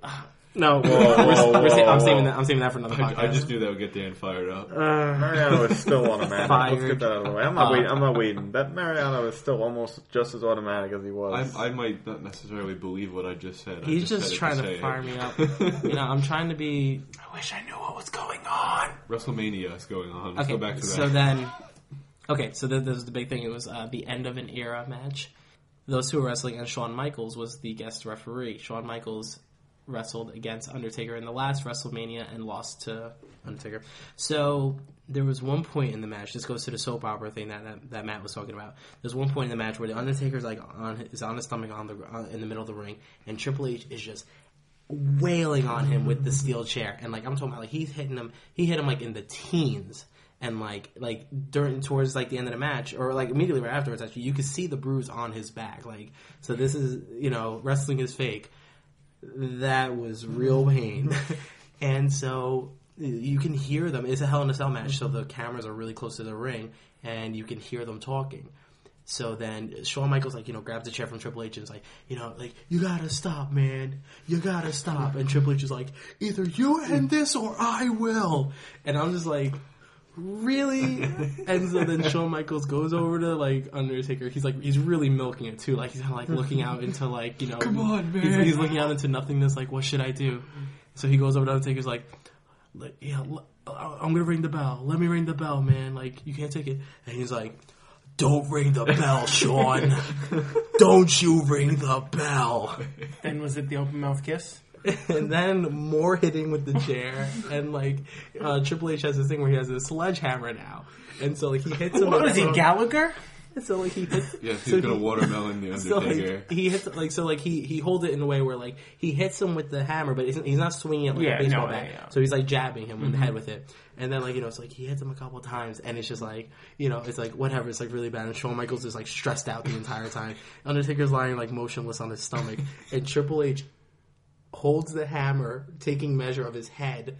[SPEAKER 2] No,
[SPEAKER 5] whoa,
[SPEAKER 2] we're, we're,
[SPEAKER 5] whoa,
[SPEAKER 2] sa-
[SPEAKER 5] whoa.
[SPEAKER 2] I'm saving that. I'm saving that for another podcast.
[SPEAKER 4] I, I just knew that would get Dan fired up.
[SPEAKER 5] Uh, Mariano is still automatic. Let's
[SPEAKER 2] Fired.
[SPEAKER 5] get that out of the way. I'm
[SPEAKER 4] Uh,
[SPEAKER 5] not waiting. I'm not waiting. That Mariano is still almost just as automatic as he was.
[SPEAKER 4] I, I might not necessarily believe what I just said. I
[SPEAKER 2] He's just,
[SPEAKER 4] said it
[SPEAKER 2] trying to,
[SPEAKER 4] say it.
[SPEAKER 2] fire me up. you know, I'm trying to be
[SPEAKER 3] I wish I knew what was going on.
[SPEAKER 4] WrestleMania is going on. Let's
[SPEAKER 2] okay.
[SPEAKER 4] go back to that.
[SPEAKER 2] So then, okay. So then, this was the big thing. It was uh, the end of an era match. Those who were wrestling and Shawn Michaels was the guest referee. Shawn Michaels wrestled against Undertaker in the last WrestleMania and lost to Undertaker. So there was one point in the match. This goes to the soap opera thing that that, that Matt was talking about. There's one point in the match where the Undertaker's like on is on his stomach on the on, in the middle of the ring, and Triple H is just wailing on him with the steel chair, and like I'm talking about, like he's hitting him. He hit him like in the teens, and like like during towards like the end of the match, or like immediately right afterwards. Actually, you could see the bruise on his back. Like so, this is you know wrestling is fake. That was real pain, and so you can hear them. It's a Hell in a Cell match, so the cameras are really close to the ring, and you can hear them talking. So then Shawn Michaels like, you know, grabs the chair from Triple H and is like, you know, like, you gotta stop, man. You gotta stop. And Triple H is like, either you end this or I will. And I'm just like, really? and so then Shawn Michaels goes over to like Undertaker. He's like, he's really milking it too. Like he's kind of like looking out into like, you know, come
[SPEAKER 4] on, man.
[SPEAKER 2] He's, he's looking out into nothingness. Like, what should I do? So he goes over to Undertaker's like, like yeah, l- I- I'm gonna ring the bell. Let me ring the bell, man. Like you can't take it. And he's like, don't ring the bell, Sean. don't you ring the bell.
[SPEAKER 3] Then was it the open mouth kiss?
[SPEAKER 2] And then more hitting with the chair, and like uh, Triple H has this thing where he has a sledgehammer now, and so like he hits him.
[SPEAKER 3] What
[SPEAKER 2] with
[SPEAKER 3] was he
[SPEAKER 2] it.
[SPEAKER 3] Gallagher?
[SPEAKER 2] So like he hits.
[SPEAKER 4] yeah, he's
[SPEAKER 2] so
[SPEAKER 4] gonna
[SPEAKER 2] he-
[SPEAKER 4] watermelon the
[SPEAKER 2] So
[SPEAKER 4] Undertaker.
[SPEAKER 2] like he hits like so like he he holds it in a way where like he hits him with the hammer, but isn't, he's not swinging it like
[SPEAKER 3] Yeah,
[SPEAKER 2] a baseball
[SPEAKER 3] no,
[SPEAKER 2] bat.
[SPEAKER 3] yeah, yeah. Mm-hmm.
[SPEAKER 2] So he's like jabbing him in the head with it, and then like you know it's like he hits him a couple times, and it's just like you know it's like whatever. It's like really bad, and Shawn Michaels is like stressed out the entire time. Undertaker's lying like motionless on his stomach, and Triple H holds the hammer, taking measure of his head.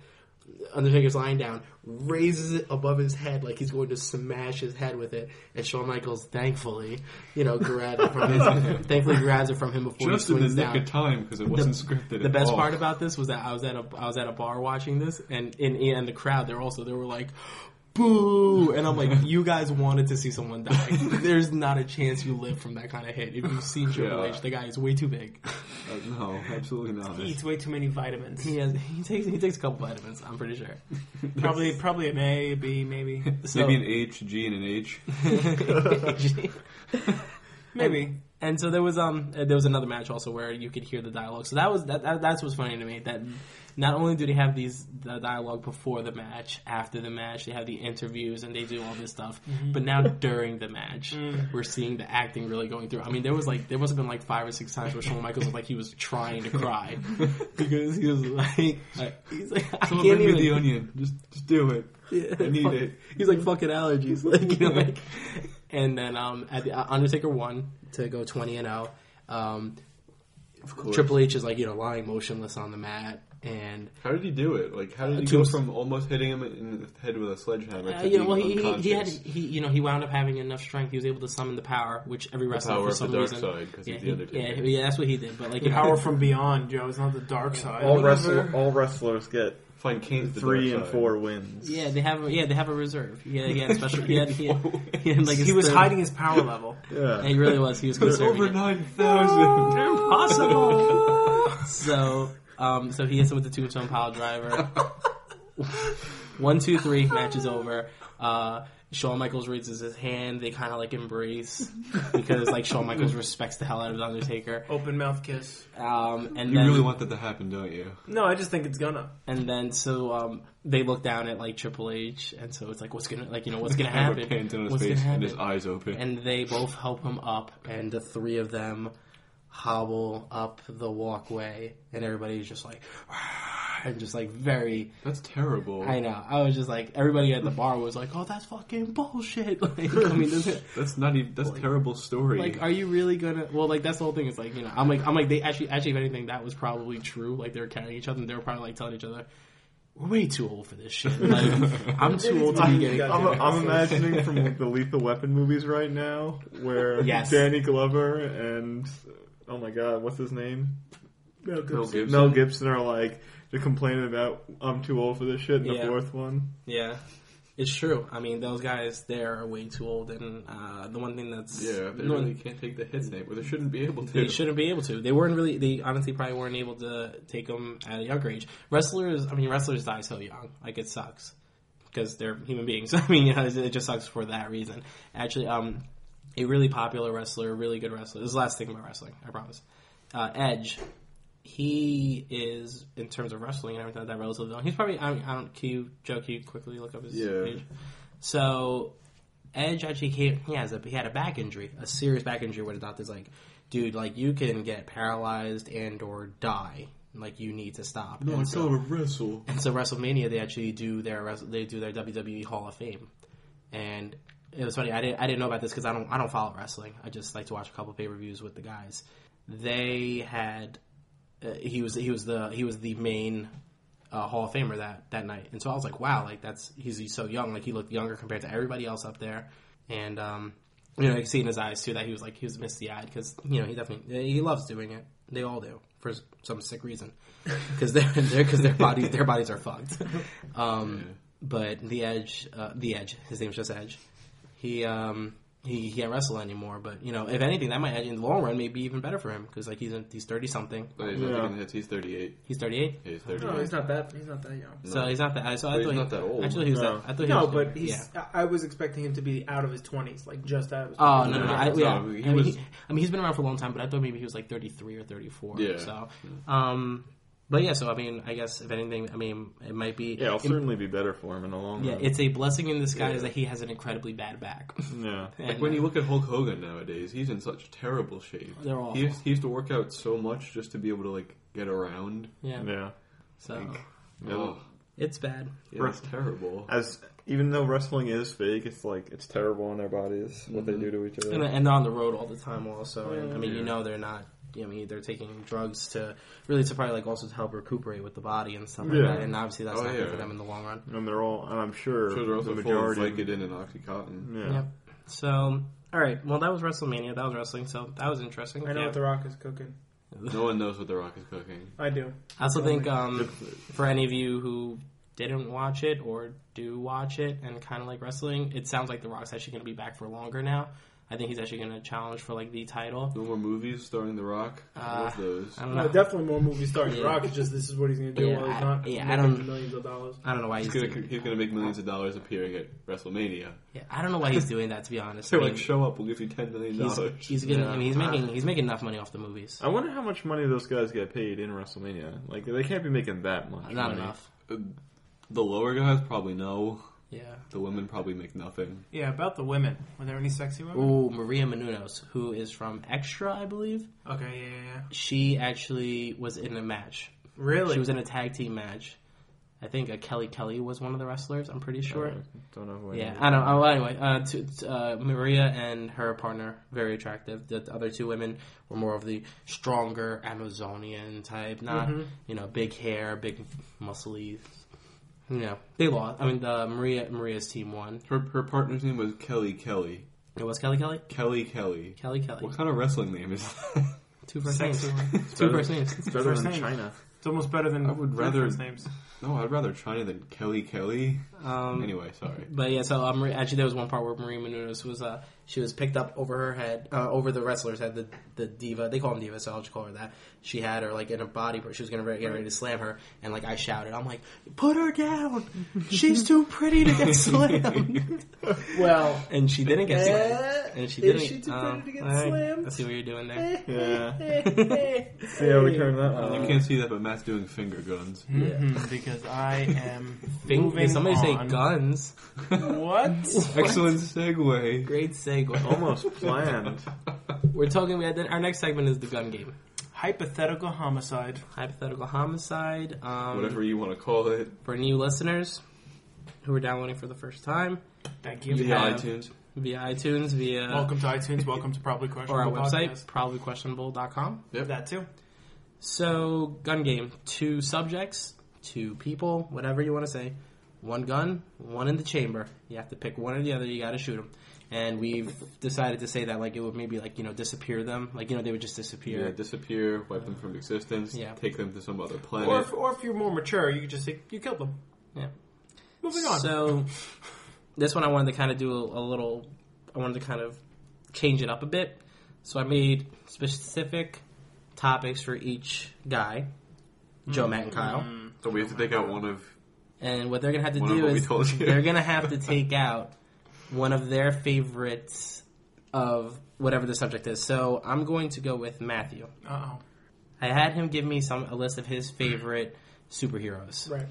[SPEAKER 2] Undertaker's lying down, raises it above his head like he's going to smash his head with it, and Shawn Michaels thankfully, you know, grabs it from him. thankfully grabs it from him before
[SPEAKER 4] Just
[SPEAKER 2] he
[SPEAKER 4] in the
[SPEAKER 2] swings
[SPEAKER 4] nick
[SPEAKER 2] down.
[SPEAKER 4] of time because it wasn't scripted.
[SPEAKER 2] The
[SPEAKER 4] at
[SPEAKER 2] best
[SPEAKER 4] all.
[SPEAKER 2] part about this was that I was at a I was at a bar watching this, and in and the crowd there also they were like, "Boo!" And I'm like, "You guys wanted to see someone die. There's not a chance you live from that kind of hit. If you've seen Triple
[SPEAKER 4] Yeah.
[SPEAKER 2] H, the guy is way too big.
[SPEAKER 4] Uh, no, absolutely not.
[SPEAKER 3] He eats way too many vitamins.
[SPEAKER 2] He has he takes he takes a couple vitamins. I'm pretty sure.
[SPEAKER 3] Probably, probably an A, a B, maybe,
[SPEAKER 2] So-
[SPEAKER 4] Maybe an H, G, and an H.
[SPEAKER 3] maybe.
[SPEAKER 2] And so there was um uh, there was another match also where you could hear the dialogue. So that was that, that that's what's funny to me that not only do they have these the dialogue before the match, after the match, they have the interviews and they do all this stuff.
[SPEAKER 4] Mm-hmm.
[SPEAKER 2] But now during the match,
[SPEAKER 4] Mm.
[SPEAKER 2] we're seeing the acting really going through. I mean, there was like there must have been like five or six times where Shawn Michaels was like he was trying to cry because he was like, like he's like I
[SPEAKER 4] Someone
[SPEAKER 2] can't
[SPEAKER 4] bring
[SPEAKER 2] even
[SPEAKER 4] me the onion. Just, just do it. I need
[SPEAKER 2] fuck-
[SPEAKER 4] it.
[SPEAKER 2] He's like fucking allergies, like you know, like. And then um, at the uh, Undertaker won to go twenty and zero. Um,
[SPEAKER 4] Of course.
[SPEAKER 2] Triple H is like you know lying motionless on the mat. and
[SPEAKER 4] How did he do it? Like, how did he
[SPEAKER 2] Two-
[SPEAKER 4] go from almost hitting him in the head with a sledgehammer
[SPEAKER 2] uh,
[SPEAKER 4] to
[SPEAKER 2] you know,
[SPEAKER 4] being
[SPEAKER 2] well, he, he, he had
[SPEAKER 4] unconscious?
[SPEAKER 2] he you know he wound up having enough strength. He was able to summon the power, which every wrestler
[SPEAKER 4] power
[SPEAKER 2] for
[SPEAKER 4] of the
[SPEAKER 2] some
[SPEAKER 4] dark
[SPEAKER 2] reason.
[SPEAKER 4] side, 'cause
[SPEAKER 2] yeah,
[SPEAKER 4] he's the
[SPEAKER 2] he-
[SPEAKER 4] Undertaker.
[SPEAKER 2] yeah, yeah, that's what he did. But like,
[SPEAKER 3] The
[SPEAKER 2] if
[SPEAKER 3] power from beyond, Joe. It's not the dark side.
[SPEAKER 5] All
[SPEAKER 4] Whatever.
[SPEAKER 5] wrestler, all wrestlers get
[SPEAKER 4] Find Kane's the
[SPEAKER 5] three
[SPEAKER 4] dark
[SPEAKER 5] and
[SPEAKER 4] side.
[SPEAKER 5] four wins.
[SPEAKER 2] Yeah, they have. Yeah, they have a reserve. Yeah, he had special. He had, he had, he had, like
[SPEAKER 3] he
[SPEAKER 2] his
[SPEAKER 3] was
[SPEAKER 2] third-
[SPEAKER 3] hiding his power level.
[SPEAKER 5] Yeah.
[SPEAKER 2] He really was. He was
[SPEAKER 4] There's
[SPEAKER 2] conserving.
[SPEAKER 4] over
[SPEAKER 2] it.
[SPEAKER 4] nine thousand.
[SPEAKER 3] Impossible.
[SPEAKER 2] So, um, so he hits him with the tombstone pile driver. One, two, three. Match is over. Uh, Shawn Michaels raises his hand. They kind of like embrace because like Shawn Michaels respects the hell out of the Undertaker.
[SPEAKER 3] Open mouth kiss.
[SPEAKER 2] Um, and
[SPEAKER 4] You
[SPEAKER 2] then,
[SPEAKER 4] really want that to happen, don't you?
[SPEAKER 3] No, I just think it's gonna.
[SPEAKER 2] and then so um, they look down at like Triple H, and so it's like what's gonna like you know what's gonna
[SPEAKER 4] Have
[SPEAKER 2] happen?
[SPEAKER 4] a pant on his
[SPEAKER 2] What's
[SPEAKER 4] face
[SPEAKER 2] gonna
[SPEAKER 4] and his
[SPEAKER 2] happen?
[SPEAKER 4] eyes open.
[SPEAKER 2] and they both help him up, and the three of them hobble up the walkway, and everybody's just like, and just like very.
[SPEAKER 4] That's terrible.
[SPEAKER 2] I know. I was just like, everybody at the bar was like, "Oh, that's fucking bullshit." Like, I mean, this is,
[SPEAKER 4] That's not even. That's a terrible story.
[SPEAKER 2] like, are you really gonna? Well, like that's the whole thing. It's like you know, I'm like, I'm like, they actually, actually, if anything, that was probably true. Like they were carrying each other, and they were probably like telling each other. We're way too old for this shit. Like, I'm too old to be getting.
[SPEAKER 5] I'm, I'm imagining from the Lethal Weapon movies right now, where
[SPEAKER 2] Yes.
[SPEAKER 5] Danny Glover and oh my god, what's his name? Mel
[SPEAKER 4] Gibson.
[SPEAKER 5] Mel Gibson are like they're complaining about I'm too old for this shit. In
[SPEAKER 2] Yeah.
[SPEAKER 5] the fourth one,
[SPEAKER 2] Yeah, it's true. I mean, those guys there are way too old, and uh, the one thing that's
[SPEAKER 4] yeah, they
[SPEAKER 2] the one-
[SPEAKER 4] really can't take the hits, Nate. Well, they shouldn't be able to.
[SPEAKER 2] Mm. they shouldn't be able to. They weren't really. They honestly probably weren't able to take them at a younger age. Wrestlers, I mean, wrestlers die so young. Like it sucks because they're human beings. I mean, you know, it just sucks for that reason. Actually, um, a really popular wrestler, a really good wrestler. This is the last thing about wrestling, I promise. Uh, Edge. He is, in terms of wrestling and everything like that, relatively young. He's probably, I, mean, I don't, can you, Joe, can you quickly look up his
[SPEAKER 4] Yeah.
[SPEAKER 2] age? So Edge actually came, he has a he had a back injury, a serious back injury where the doctor's like, dude, like you can get paralyzed and or die. Like you need to stop.
[SPEAKER 4] No,
[SPEAKER 2] and,
[SPEAKER 4] it's
[SPEAKER 2] so,
[SPEAKER 4] not a wrestle.
[SPEAKER 2] and so WrestleMania they actually do their wres- they do their WWE Hall of Fame. And it was funny, I didn't I didn't know about this because I don't I don't follow wrestling. I just like to watch a couple pay per views with the guys. They had uh, he was he was the he was the main uh, Hall of Famer that that night, and so I was like, wow, like that's he's, he's so young, like he looked younger compared to everybody else up there, and um, you know, you see in his eyes too that he was like he was misty eyed because you know he definitely he loves doing it. They all do for some sick reason because they're they're because their bodies their bodies are fucked. Um, But the Edge, uh, the Edge, his name's just Edge. He um he, he can't wrestle anymore, but you know if anything that might in the long run may be even better for him because like he's in, he's thirty something,
[SPEAKER 4] No, he's not
[SPEAKER 5] Yeah.
[SPEAKER 4] taking the hits. He's 38.
[SPEAKER 2] he's thirty eight.
[SPEAKER 4] He's 38.
[SPEAKER 3] No, he's not that. He's not that young.
[SPEAKER 2] So he's not that. I- So I
[SPEAKER 4] But
[SPEAKER 2] thought
[SPEAKER 4] he's
[SPEAKER 2] he-
[SPEAKER 4] not that old.
[SPEAKER 2] I thought he was.
[SPEAKER 5] No.
[SPEAKER 2] That, I thought he
[SPEAKER 3] No,
[SPEAKER 2] was,
[SPEAKER 3] but he's.
[SPEAKER 2] Yeah.
[SPEAKER 3] I I was expecting him to be out of his twenties, like just out of his.
[SPEAKER 2] Oh no,
[SPEAKER 3] 20s.
[SPEAKER 2] no, no!
[SPEAKER 4] No,
[SPEAKER 2] I,
[SPEAKER 4] no,
[SPEAKER 2] yeah.
[SPEAKER 4] he
[SPEAKER 2] I, mean,
[SPEAKER 4] was-
[SPEAKER 2] he, I mean, he's been around for a long time, but I thought maybe he was like thirty-three or thirty-four.
[SPEAKER 4] Yeah.
[SPEAKER 2] So, um, but yeah. So I mean, I guess if anything, I mean, it might be.
[SPEAKER 5] yeah, it'll
[SPEAKER 2] it-
[SPEAKER 5] certainly be better for him in the long
[SPEAKER 2] yeah,
[SPEAKER 5] run.
[SPEAKER 2] it's a blessing in disguise that he has an incredibly bad back.
[SPEAKER 5] yeah.
[SPEAKER 2] And, uh,
[SPEAKER 4] When you look at Hulk Hogan nowadays, he's in such terrible shape.
[SPEAKER 2] They're awful.
[SPEAKER 4] He used, he used to work out so much just to be able to like get around.
[SPEAKER 2] yeah,
[SPEAKER 5] yeah.
[SPEAKER 2] so
[SPEAKER 4] Oh,
[SPEAKER 2] it's bad.
[SPEAKER 4] yeah, that's terrible.
[SPEAKER 5] As even though wrestling is fake, it's like it's terrible on their bodies what they do to each other.
[SPEAKER 2] Mm-hmm. And, and they're on the road all the time, also. And I mean, you know, they're not. I mean, they're taking drugs to really to probably like also to help recuperate with the body and stuff like
[SPEAKER 5] Yeah.
[SPEAKER 2] that. And obviously, that's
[SPEAKER 4] Oh,
[SPEAKER 2] not good
[SPEAKER 4] yeah.
[SPEAKER 2] for them in the long run.
[SPEAKER 5] And they're all, and I'm sure
[SPEAKER 4] Shows are
[SPEAKER 5] the
[SPEAKER 4] also
[SPEAKER 5] majority.
[SPEAKER 4] full of Vicodin and OxyContin.
[SPEAKER 5] yeah.
[SPEAKER 2] Yep. So, all right. Well, that was WrestleMania. That was wrestling. So that was interesting.
[SPEAKER 3] I know
[SPEAKER 2] Yeah.
[SPEAKER 3] what The Rock is cooking.
[SPEAKER 4] No one knows what The Rock is cooking.
[SPEAKER 3] I do.
[SPEAKER 2] I also think um, for any of you who didn't watch it or do watch it and kind of like wrestling, it sounds like The Rock's actually going to be back for longer now. I think he's actually going to challenge for like the title.
[SPEAKER 4] No more movies starring The Rock. I love
[SPEAKER 2] Uh,
[SPEAKER 4] those.
[SPEAKER 2] I don't
[SPEAKER 3] No,
[SPEAKER 2] know.
[SPEAKER 3] definitely more movie stars.
[SPEAKER 2] Yeah.
[SPEAKER 3] The Rock is just this is what he's going to do
[SPEAKER 2] Yeah,
[SPEAKER 3] while he's
[SPEAKER 2] I-
[SPEAKER 3] not
[SPEAKER 2] yeah, I
[SPEAKER 3] making
[SPEAKER 2] don't-
[SPEAKER 3] millions of dollars.
[SPEAKER 2] I don't know why he's.
[SPEAKER 4] He's gonna, he's gonna make millions of dollars appearing at WrestleMania.
[SPEAKER 2] yeah, I don't know why he's doing that. To be honest,
[SPEAKER 4] They're
[SPEAKER 2] I mean,
[SPEAKER 4] like, show up, we'll give you ten million
[SPEAKER 2] he's,
[SPEAKER 4] dollars.
[SPEAKER 2] he's getting. I
[SPEAKER 5] Yeah.
[SPEAKER 2] mean, he's making. He's making enough money off the movies.
[SPEAKER 5] I wonder how much money those guys get paid in WrestleMania. Like they can't be making that much.
[SPEAKER 2] Not
[SPEAKER 5] money.
[SPEAKER 2] enough.
[SPEAKER 4] The lower guys probably know.
[SPEAKER 2] Yeah.
[SPEAKER 4] The women probably make nothing.
[SPEAKER 3] Yeah, about the women. Were there any sexy women?
[SPEAKER 2] Ooh, Maria Menounos, who is from Extra, I believe.
[SPEAKER 3] Okay, yeah, yeah, yeah.
[SPEAKER 2] She actually was in a match
[SPEAKER 3] Really?
[SPEAKER 2] She was in a tag team match I think uh, Kelly Kelly was one of the wrestlers. I'm pretty sure.
[SPEAKER 5] Uh, don't know who. I
[SPEAKER 2] Yeah,
[SPEAKER 5] know.
[SPEAKER 2] I don't. Oh, well, anyway, uh, to, to, uh, Maria and her partner very attractive. The, the other two women were more of the stronger Amazonian type, not you know big hair, big muscly. You know, they lost. I mean, the Maria Maria's team won.
[SPEAKER 4] Her, her partner's name was Kelly Kelly.
[SPEAKER 2] It was Kelly Kelly.
[SPEAKER 4] Kelly Kelly.
[SPEAKER 2] Kelly Kelly.
[SPEAKER 4] What kind of wrestling name is that?
[SPEAKER 2] Two first
[SPEAKER 3] Sex
[SPEAKER 2] names.
[SPEAKER 3] one.
[SPEAKER 2] Two first names.
[SPEAKER 5] It's better
[SPEAKER 3] First
[SPEAKER 5] than
[SPEAKER 3] name.
[SPEAKER 5] China.
[SPEAKER 3] It's almost better than
[SPEAKER 4] I would rather-
[SPEAKER 3] first names.
[SPEAKER 4] no, I'd rather China than Kelly Kelly.
[SPEAKER 2] Um,
[SPEAKER 4] Anyway, sorry.
[SPEAKER 2] But yeah, so um, actually, there was one part where Maria Menounos was uh, she was picked up over her head, uh, over the wrestler's head. The the diva, they call him diva, so I'll just call her that. She had her like in a body, but she was gonna re- get ready to slam her, and like I shouted, I'm like, put her down. She's too pretty to get slammed.
[SPEAKER 1] Well,
[SPEAKER 2] and she didn't get
[SPEAKER 1] Eh,
[SPEAKER 2] slammed. And she
[SPEAKER 1] is
[SPEAKER 2] didn't.
[SPEAKER 1] she too
[SPEAKER 2] um,
[SPEAKER 1] pretty to get
[SPEAKER 2] alright,
[SPEAKER 1] slammed? Eh,
[SPEAKER 2] I see what you're doing there.
[SPEAKER 5] Yeah.
[SPEAKER 1] See
[SPEAKER 5] Yeah, we turned that one.
[SPEAKER 4] You can't see that, but Matt's doing finger guns.
[SPEAKER 3] Mhm, because I am
[SPEAKER 2] Think,
[SPEAKER 3] moving
[SPEAKER 2] did somebody say
[SPEAKER 3] on.
[SPEAKER 2] guns?
[SPEAKER 3] What?
[SPEAKER 4] Excellent segue.
[SPEAKER 2] Great segue.
[SPEAKER 5] Almost planned.
[SPEAKER 2] We're talking about our next segment is the gun game.
[SPEAKER 3] Hypothetical homicide.
[SPEAKER 2] Hypothetical homicide. Um,
[SPEAKER 4] Whatever you want to call it.
[SPEAKER 2] for new listeners who are downloading for the first time
[SPEAKER 3] Thank you.
[SPEAKER 4] Via
[SPEAKER 2] have-
[SPEAKER 4] iTunes.
[SPEAKER 2] via iTunes, via
[SPEAKER 3] Welcome to iTunes. Welcome to Probably Questionable
[SPEAKER 2] Uh, or our website,
[SPEAKER 3] Podcast.
[SPEAKER 2] probablyquestionable.com.
[SPEAKER 4] Yep.
[SPEAKER 3] That too.
[SPEAKER 2] So, gun game. Two subjects, two people, whatever you want to say. One gun, one in the chamber. You have to pick one or the other. You got to shoot them. And we've decided to say that like it would maybe like you know disappear them, like you know they would just
[SPEAKER 4] Yeah,
[SPEAKER 2] disappear.
[SPEAKER 4] disappear, wipe them from existence,
[SPEAKER 2] Yeah.
[SPEAKER 4] take them to some other planet.
[SPEAKER 3] Or if, or if you're more mature, you could just say you killed them.
[SPEAKER 2] yeah.
[SPEAKER 3] Moving on.
[SPEAKER 2] So this one I wanted to kind of do a, a little. I wanted to kind of change it up a bit. So I made specific topics for each guy, Joe, Matt, and Kyle.
[SPEAKER 4] so we have to take out one of.
[SPEAKER 2] And what they're gonna have to
[SPEAKER 4] Mm-hmm. One of
[SPEAKER 2] do
[SPEAKER 4] what we
[SPEAKER 2] is
[SPEAKER 4] told you.
[SPEAKER 2] they're gonna have to take out one of their favorites of whatever the subject is. So I'm going to go with Matthew.
[SPEAKER 3] uh oh.
[SPEAKER 2] I had him give me some a list of his favorite superheroes.
[SPEAKER 3] Right.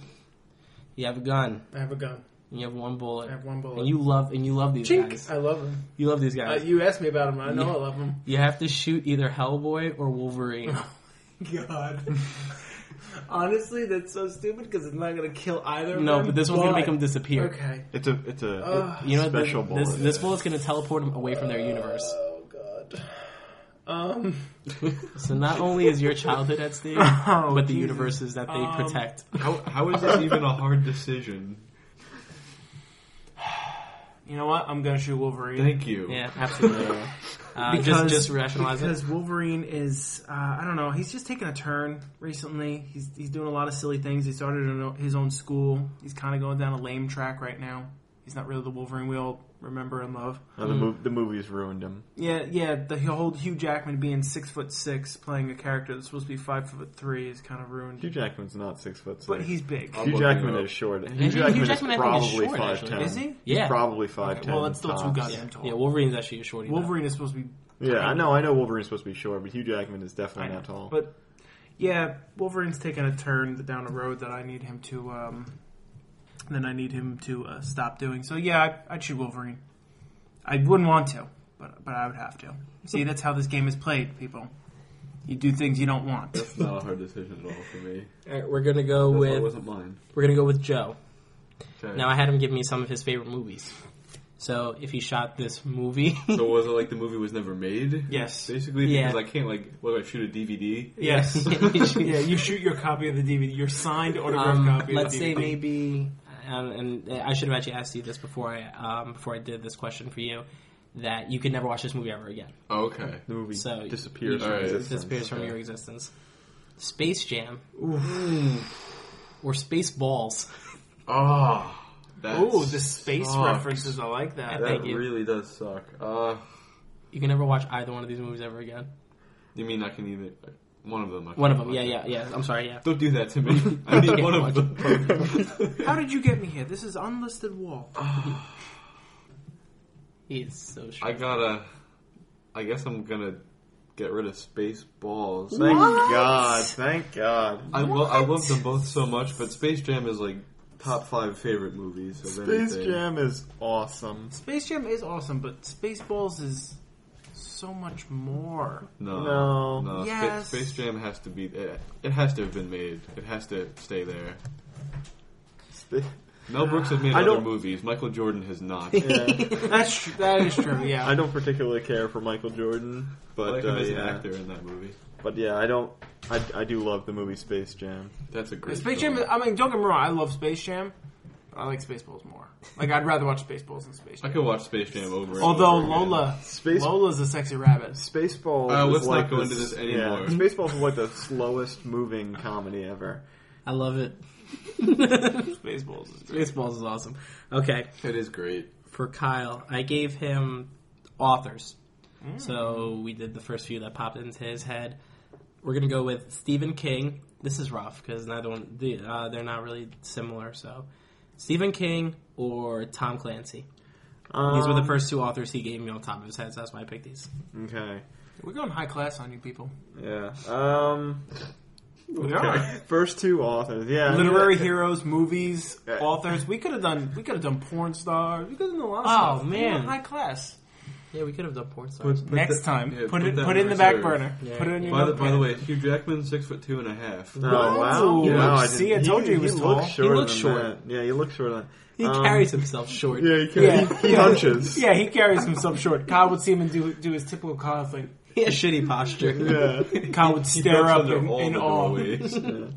[SPEAKER 2] You have a gun.
[SPEAKER 3] I have a gun.
[SPEAKER 2] And you have one bullet.
[SPEAKER 3] I have one bullet.
[SPEAKER 2] And you love and you love these
[SPEAKER 3] Chink.
[SPEAKER 2] guys.
[SPEAKER 3] I love him.
[SPEAKER 2] You love these
[SPEAKER 3] Uh,
[SPEAKER 2] guys.
[SPEAKER 3] you asked me about him. I know
[SPEAKER 2] Yeah.
[SPEAKER 3] I love him.
[SPEAKER 2] You have to shoot either Hellboy or Wolverine.
[SPEAKER 3] God. Honestly, that's so stupid because it's not going to kill either of
[SPEAKER 2] no,
[SPEAKER 3] them.
[SPEAKER 2] but this one's gonna make them disappear.
[SPEAKER 3] Okay. Ah.
[SPEAKER 5] It's a it's a
[SPEAKER 3] Ugh.
[SPEAKER 2] You know, th-
[SPEAKER 5] special
[SPEAKER 2] this
[SPEAKER 5] bullet.
[SPEAKER 2] this bullet's gonna teleport them away from their universe.
[SPEAKER 3] Oh, God. Um.
[SPEAKER 2] So not only is your childhood at stake,
[SPEAKER 3] Oh,
[SPEAKER 2] but the
[SPEAKER 3] Jesus.
[SPEAKER 2] universes that they
[SPEAKER 3] Um,
[SPEAKER 2] protect.
[SPEAKER 4] How, how is this even a hard decision?
[SPEAKER 3] You know what? I'm going to shoot Wolverine.
[SPEAKER 4] Thank you.
[SPEAKER 2] Yeah, absolutely. Uh, just,
[SPEAKER 3] Because-
[SPEAKER 2] just rationalize it.
[SPEAKER 3] Because Wolverine is, uh, I don't know, he's just taking a turn recently. He's he's doing a lot of silly things. He started in o- his own school. He's kind of going down a lame track right now. He's not really the Wolverine we all remember and love.
[SPEAKER 5] No, uh, the, mov- the movies ruined him.
[SPEAKER 3] Yeah, yeah. The whole Hugh Jackman being six foot six, playing a character that's supposed to be five foot three, is kind of
[SPEAKER 5] Hugh
[SPEAKER 3] ruined.
[SPEAKER 5] Jackman's not six foot six.
[SPEAKER 3] But he's big.
[SPEAKER 4] I'm
[SPEAKER 5] Hugh
[SPEAKER 4] looking
[SPEAKER 5] Jackman
[SPEAKER 4] it up.
[SPEAKER 5] is short.
[SPEAKER 2] Hugh
[SPEAKER 5] Hugh Jackman,
[SPEAKER 2] Jackman, I
[SPEAKER 5] is
[SPEAKER 2] think, is
[SPEAKER 5] probably
[SPEAKER 2] short,
[SPEAKER 5] five
[SPEAKER 2] actually.
[SPEAKER 5] ten.
[SPEAKER 3] Is he?
[SPEAKER 2] Yeah.
[SPEAKER 5] He's probably five ten.
[SPEAKER 3] well, that's still too goddamn tall.
[SPEAKER 2] yeah, Wolverine's actually a shorty. though.
[SPEAKER 3] Wolverine is supposed to be.
[SPEAKER 5] Yeah, I know. I know Wolverine's supposed to be short, but Hugh Jackman is definitely not tall.
[SPEAKER 3] But yeah, Wolverine's taking a turn down a road that I need him to. Um, then I need him to uh, stop doing. So yeah, I, I'd shoot Wolverine. I wouldn't want to, but but I would have to. See, that's how this game is played, people. You do things you don't want.
[SPEAKER 4] That's not a hard decision at all for me.
[SPEAKER 2] All right, we're gonna go
[SPEAKER 4] That's why it
[SPEAKER 2] with
[SPEAKER 4] wasn't mine.
[SPEAKER 2] we're gonna go with Joe.
[SPEAKER 4] Okay.
[SPEAKER 2] Now I had him give me some of his favorite movies. So if he shot this movie,
[SPEAKER 4] so was it like the movie was never made?
[SPEAKER 3] Yes.
[SPEAKER 4] Basically,
[SPEAKER 2] Yeah.
[SPEAKER 4] because I can't like what do I shoot a DVD?
[SPEAKER 3] Yes. yeah, you shoot your copy of the DVD, your signed autographed
[SPEAKER 2] Um,
[SPEAKER 3] copy.
[SPEAKER 2] let's
[SPEAKER 3] of the
[SPEAKER 2] say
[SPEAKER 3] DVD.
[SPEAKER 2] maybe, um, and I should have actually asked you this before I um, before I did this question for you, that you could never watch this movie ever again.
[SPEAKER 4] Oh, okay.
[SPEAKER 5] the movie
[SPEAKER 2] So
[SPEAKER 5] disappears.
[SPEAKER 2] you-
[SPEAKER 5] from
[SPEAKER 4] All right.
[SPEAKER 5] existence.
[SPEAKER 2] disappears from your existence. Space Jam, or Space Balls. Ah,
[SPEAKER 4] Oh, that
[SPEAKER 3] Ooh, the space
[SPEAKER 4] sucks.
[SPEAKER 3] references. I like that.
[SPEAKER 4] That
[SPEAKER 2] Thank you.
[SPEAKER 4] really does suck. Uh,
[SPEAKER 2] You can never watch either one of these movies ever again.
[SPEAKER 4] you mean I can either like, one of them? I
[SPEAKER 2] One of
[SPEAKER 4] can
[SPEAKER 2] them. Yeah,
[SPEAKER 4] watch.
[SPEAKER 2] yeah, yeah. I'm sorry. Yeah.
[SPEAKER 4] Don't do that to me. I need one of
[SPEAKER 3] How
[SPEAKER 4] them.
[SPEAKER 3] did you get me here? This is unlisted wall.
[SPEAKER 2] He is so
[SPEAKER 4] I
[SPEAKER 2] short.
[SPEAKER 4] gotta. I guess I'm gonna get rid of space balls.
[SPEAKER 5] Thank God! Thank God!
[SPEAKER 4] I, lo- I love them both so much, but Space Jam is like top five favorite movies of
[SPEAKER 5] Space
[SPEAKER 4] anything.
[SPEAKER 5] Jam is awesome.
[SPEAKER 3] Space Jam is awesome, but Spaceballs is so much more.
[SPEAKER 5] Uh,
[SPEAKER 4] No,
[SPEAKER 5] No.
[SPEAKER 4] no. Spa-
[SPEAKER 3] Yes.
[SPEAKER 4] Space Jam has to be. It, it has to have been made. It has to stay there. Mel Brooks has made
[SPEAKER 5] I
[SPEAKER 4] other
[SPEAKER 5] don't-
[SPEAKER 4] movies. Michael Jordan has not.
[SPEAKER 5] Yeah.
[SPEAKER 3] That's tr- that is true. Yeah,
[SPEAKER 5] I don't particularly care for Michael Jordan,
[SPEAKER 4] I
[SPEAKER 5] but
[SPEAKER 4] like him
[SPEAKER 5] uh,
[SPEAKER 4] as an
[SPEAKER 5] yeah.
[SPEAKER 4] actor in that movie.
[SPEAKER 5] But yeah, I don't. I, I do love the movie Space Jam.
[SPEAKER 4] That's a great.
[SPEAKER 3] Space
[SPEAKER 4] film.
[SPEAKER 3] Jam. I mean, don't get me wrong. I love Space Jam. But I like Spaceballs more. Like I'd rather watch Spaceballs than Space
[SPEAKER 4] I
[SPEAKER 3] Jam.
[SPEAKER 4] could watch Space Jam over. and
[SPEAKER 3] Although
[SPEAKER 4] over again.
[SPEAKER 3] Lola,
[SPEAKER 5] Space-
[SPEAKER 3] Lola's a sexy rabbit.
[SPEAKER 5] Spaceballs.
[SPEAKER 4] Uh, let's
[SPEAKER 5] is like
[SPEAKER 4] not go into
[SPEAKER 5] this-
[SPEAKER 4] this anymore.
[SPEAKER 5] Yeah, Spaceballs is like the slowest moving comedy ever.
[SPEAKER 2] I love it.
[SPEAKER 3] Spaceballs is great.
[SPEAKER 2] Spaceballs is awesome. Okay,
[SPEAKER 4] it is great.
[SPEAKER 2] for Kyle, I gave him authors. Mm. So we did the first few that popped into his head. We're gonna go with Stephen King. This is rough because neither one the, uh, they're not really similar. So Stephen King or Tom Clancy. These were the
[SPEAKER 5] Um,
[SPEAKER 2] first two authors he gave me on top of his head. So that's why I picked these.
[SPEAKER 5] Okay.
[SPEAKER 3] We're going high class on you people.
[SPEAKER 5] Yeah. Um.
[SPEAKER 3] We
[SPEAKER 5] okay. First two authors. Yeah. I mean,
[SPEAKER 3] Literary
[SPEAKER 5] that-
[SPEAKER 3] heroes, movies,
[SPEAKER 5] Yeah.
[SPEAKER 3] authors. We could have done. We could have done porn stars. We could have done a lot of
[SPEAKER 2] Oh,
[SPEAKER 3] stuff.
[SPEAKER 2] man.
[SPEAKER 3] We were high class.
[SPEAKER 2] Yeah, we could have done porn stars.
[SPEAKER 3] Next time,
[SPEAKER 4] yeah,
[SPEAKER 3] put
[SPEAKER 4] put
[SPEAKER 3] it
[SPEAKER 4] that
[SPEAKER 3] put it
[SPEAKER 4] in
[SPEAKER 3] in the back
[SPEAKER 4] reserve.
[SPEAKER 3] burner.
[SPEAKER 2] Yeah.
[SPEAKER 3] Put it in your.
[SPEAKER 4] By the, by the
[SPEAKER 3] notepad.
[SPEAKER 4] way, Hugh Jackman six foot two and a half.
[SPEAKER 5] Oh
[SPEAKER 3] Wow.
[SPEAKER 5] wow!
[SPEAKER 3] Yeah.
[SPEAKER 5] Wow, I
[SPEAKER 3] See, I
[SPEAKER 5] didn't-
[SPEAKER 3] told
[SPEAKER 5] he,
[SPEAKER 3] you he was tall.
[SPEAKER 5] looks
[SPEAKER 3] He
[SPEAKER 5] shorter
[SPEAKER 2] looks
[SPEAKER 5] than
[SPEAKER 2] short.
[SPEAKER 5] that. Yeah, he looks shorter than.
[SPEAKER 2] he
[SPEAKER 5] um,
[SPEAKER 2] carries himself short.
[SPEAKER 5] Yeah, he, carries, he hunches.
[SPEAKER 3] Yeah, he carries himself short. Kyle would see him and do do his typical Kyle thing.
[SPEAKER 2] He has shitty posture.
[SPEAKER 5] Yeah.
[SPEAKER 3] Kyle would
[SPEAKER 4] He
[SPEAKER 3] stare
[SPEAKER 4] bumps
[SPEAKER 3] up
[SPEAKER 4] under
[SPEAKER 3] in,
[SPEAKER 4] all
[SPEAKER 3] in
[SPEAKER 4] the
[SPEAKER 3] awe.
[SPEAKER 4] doorways.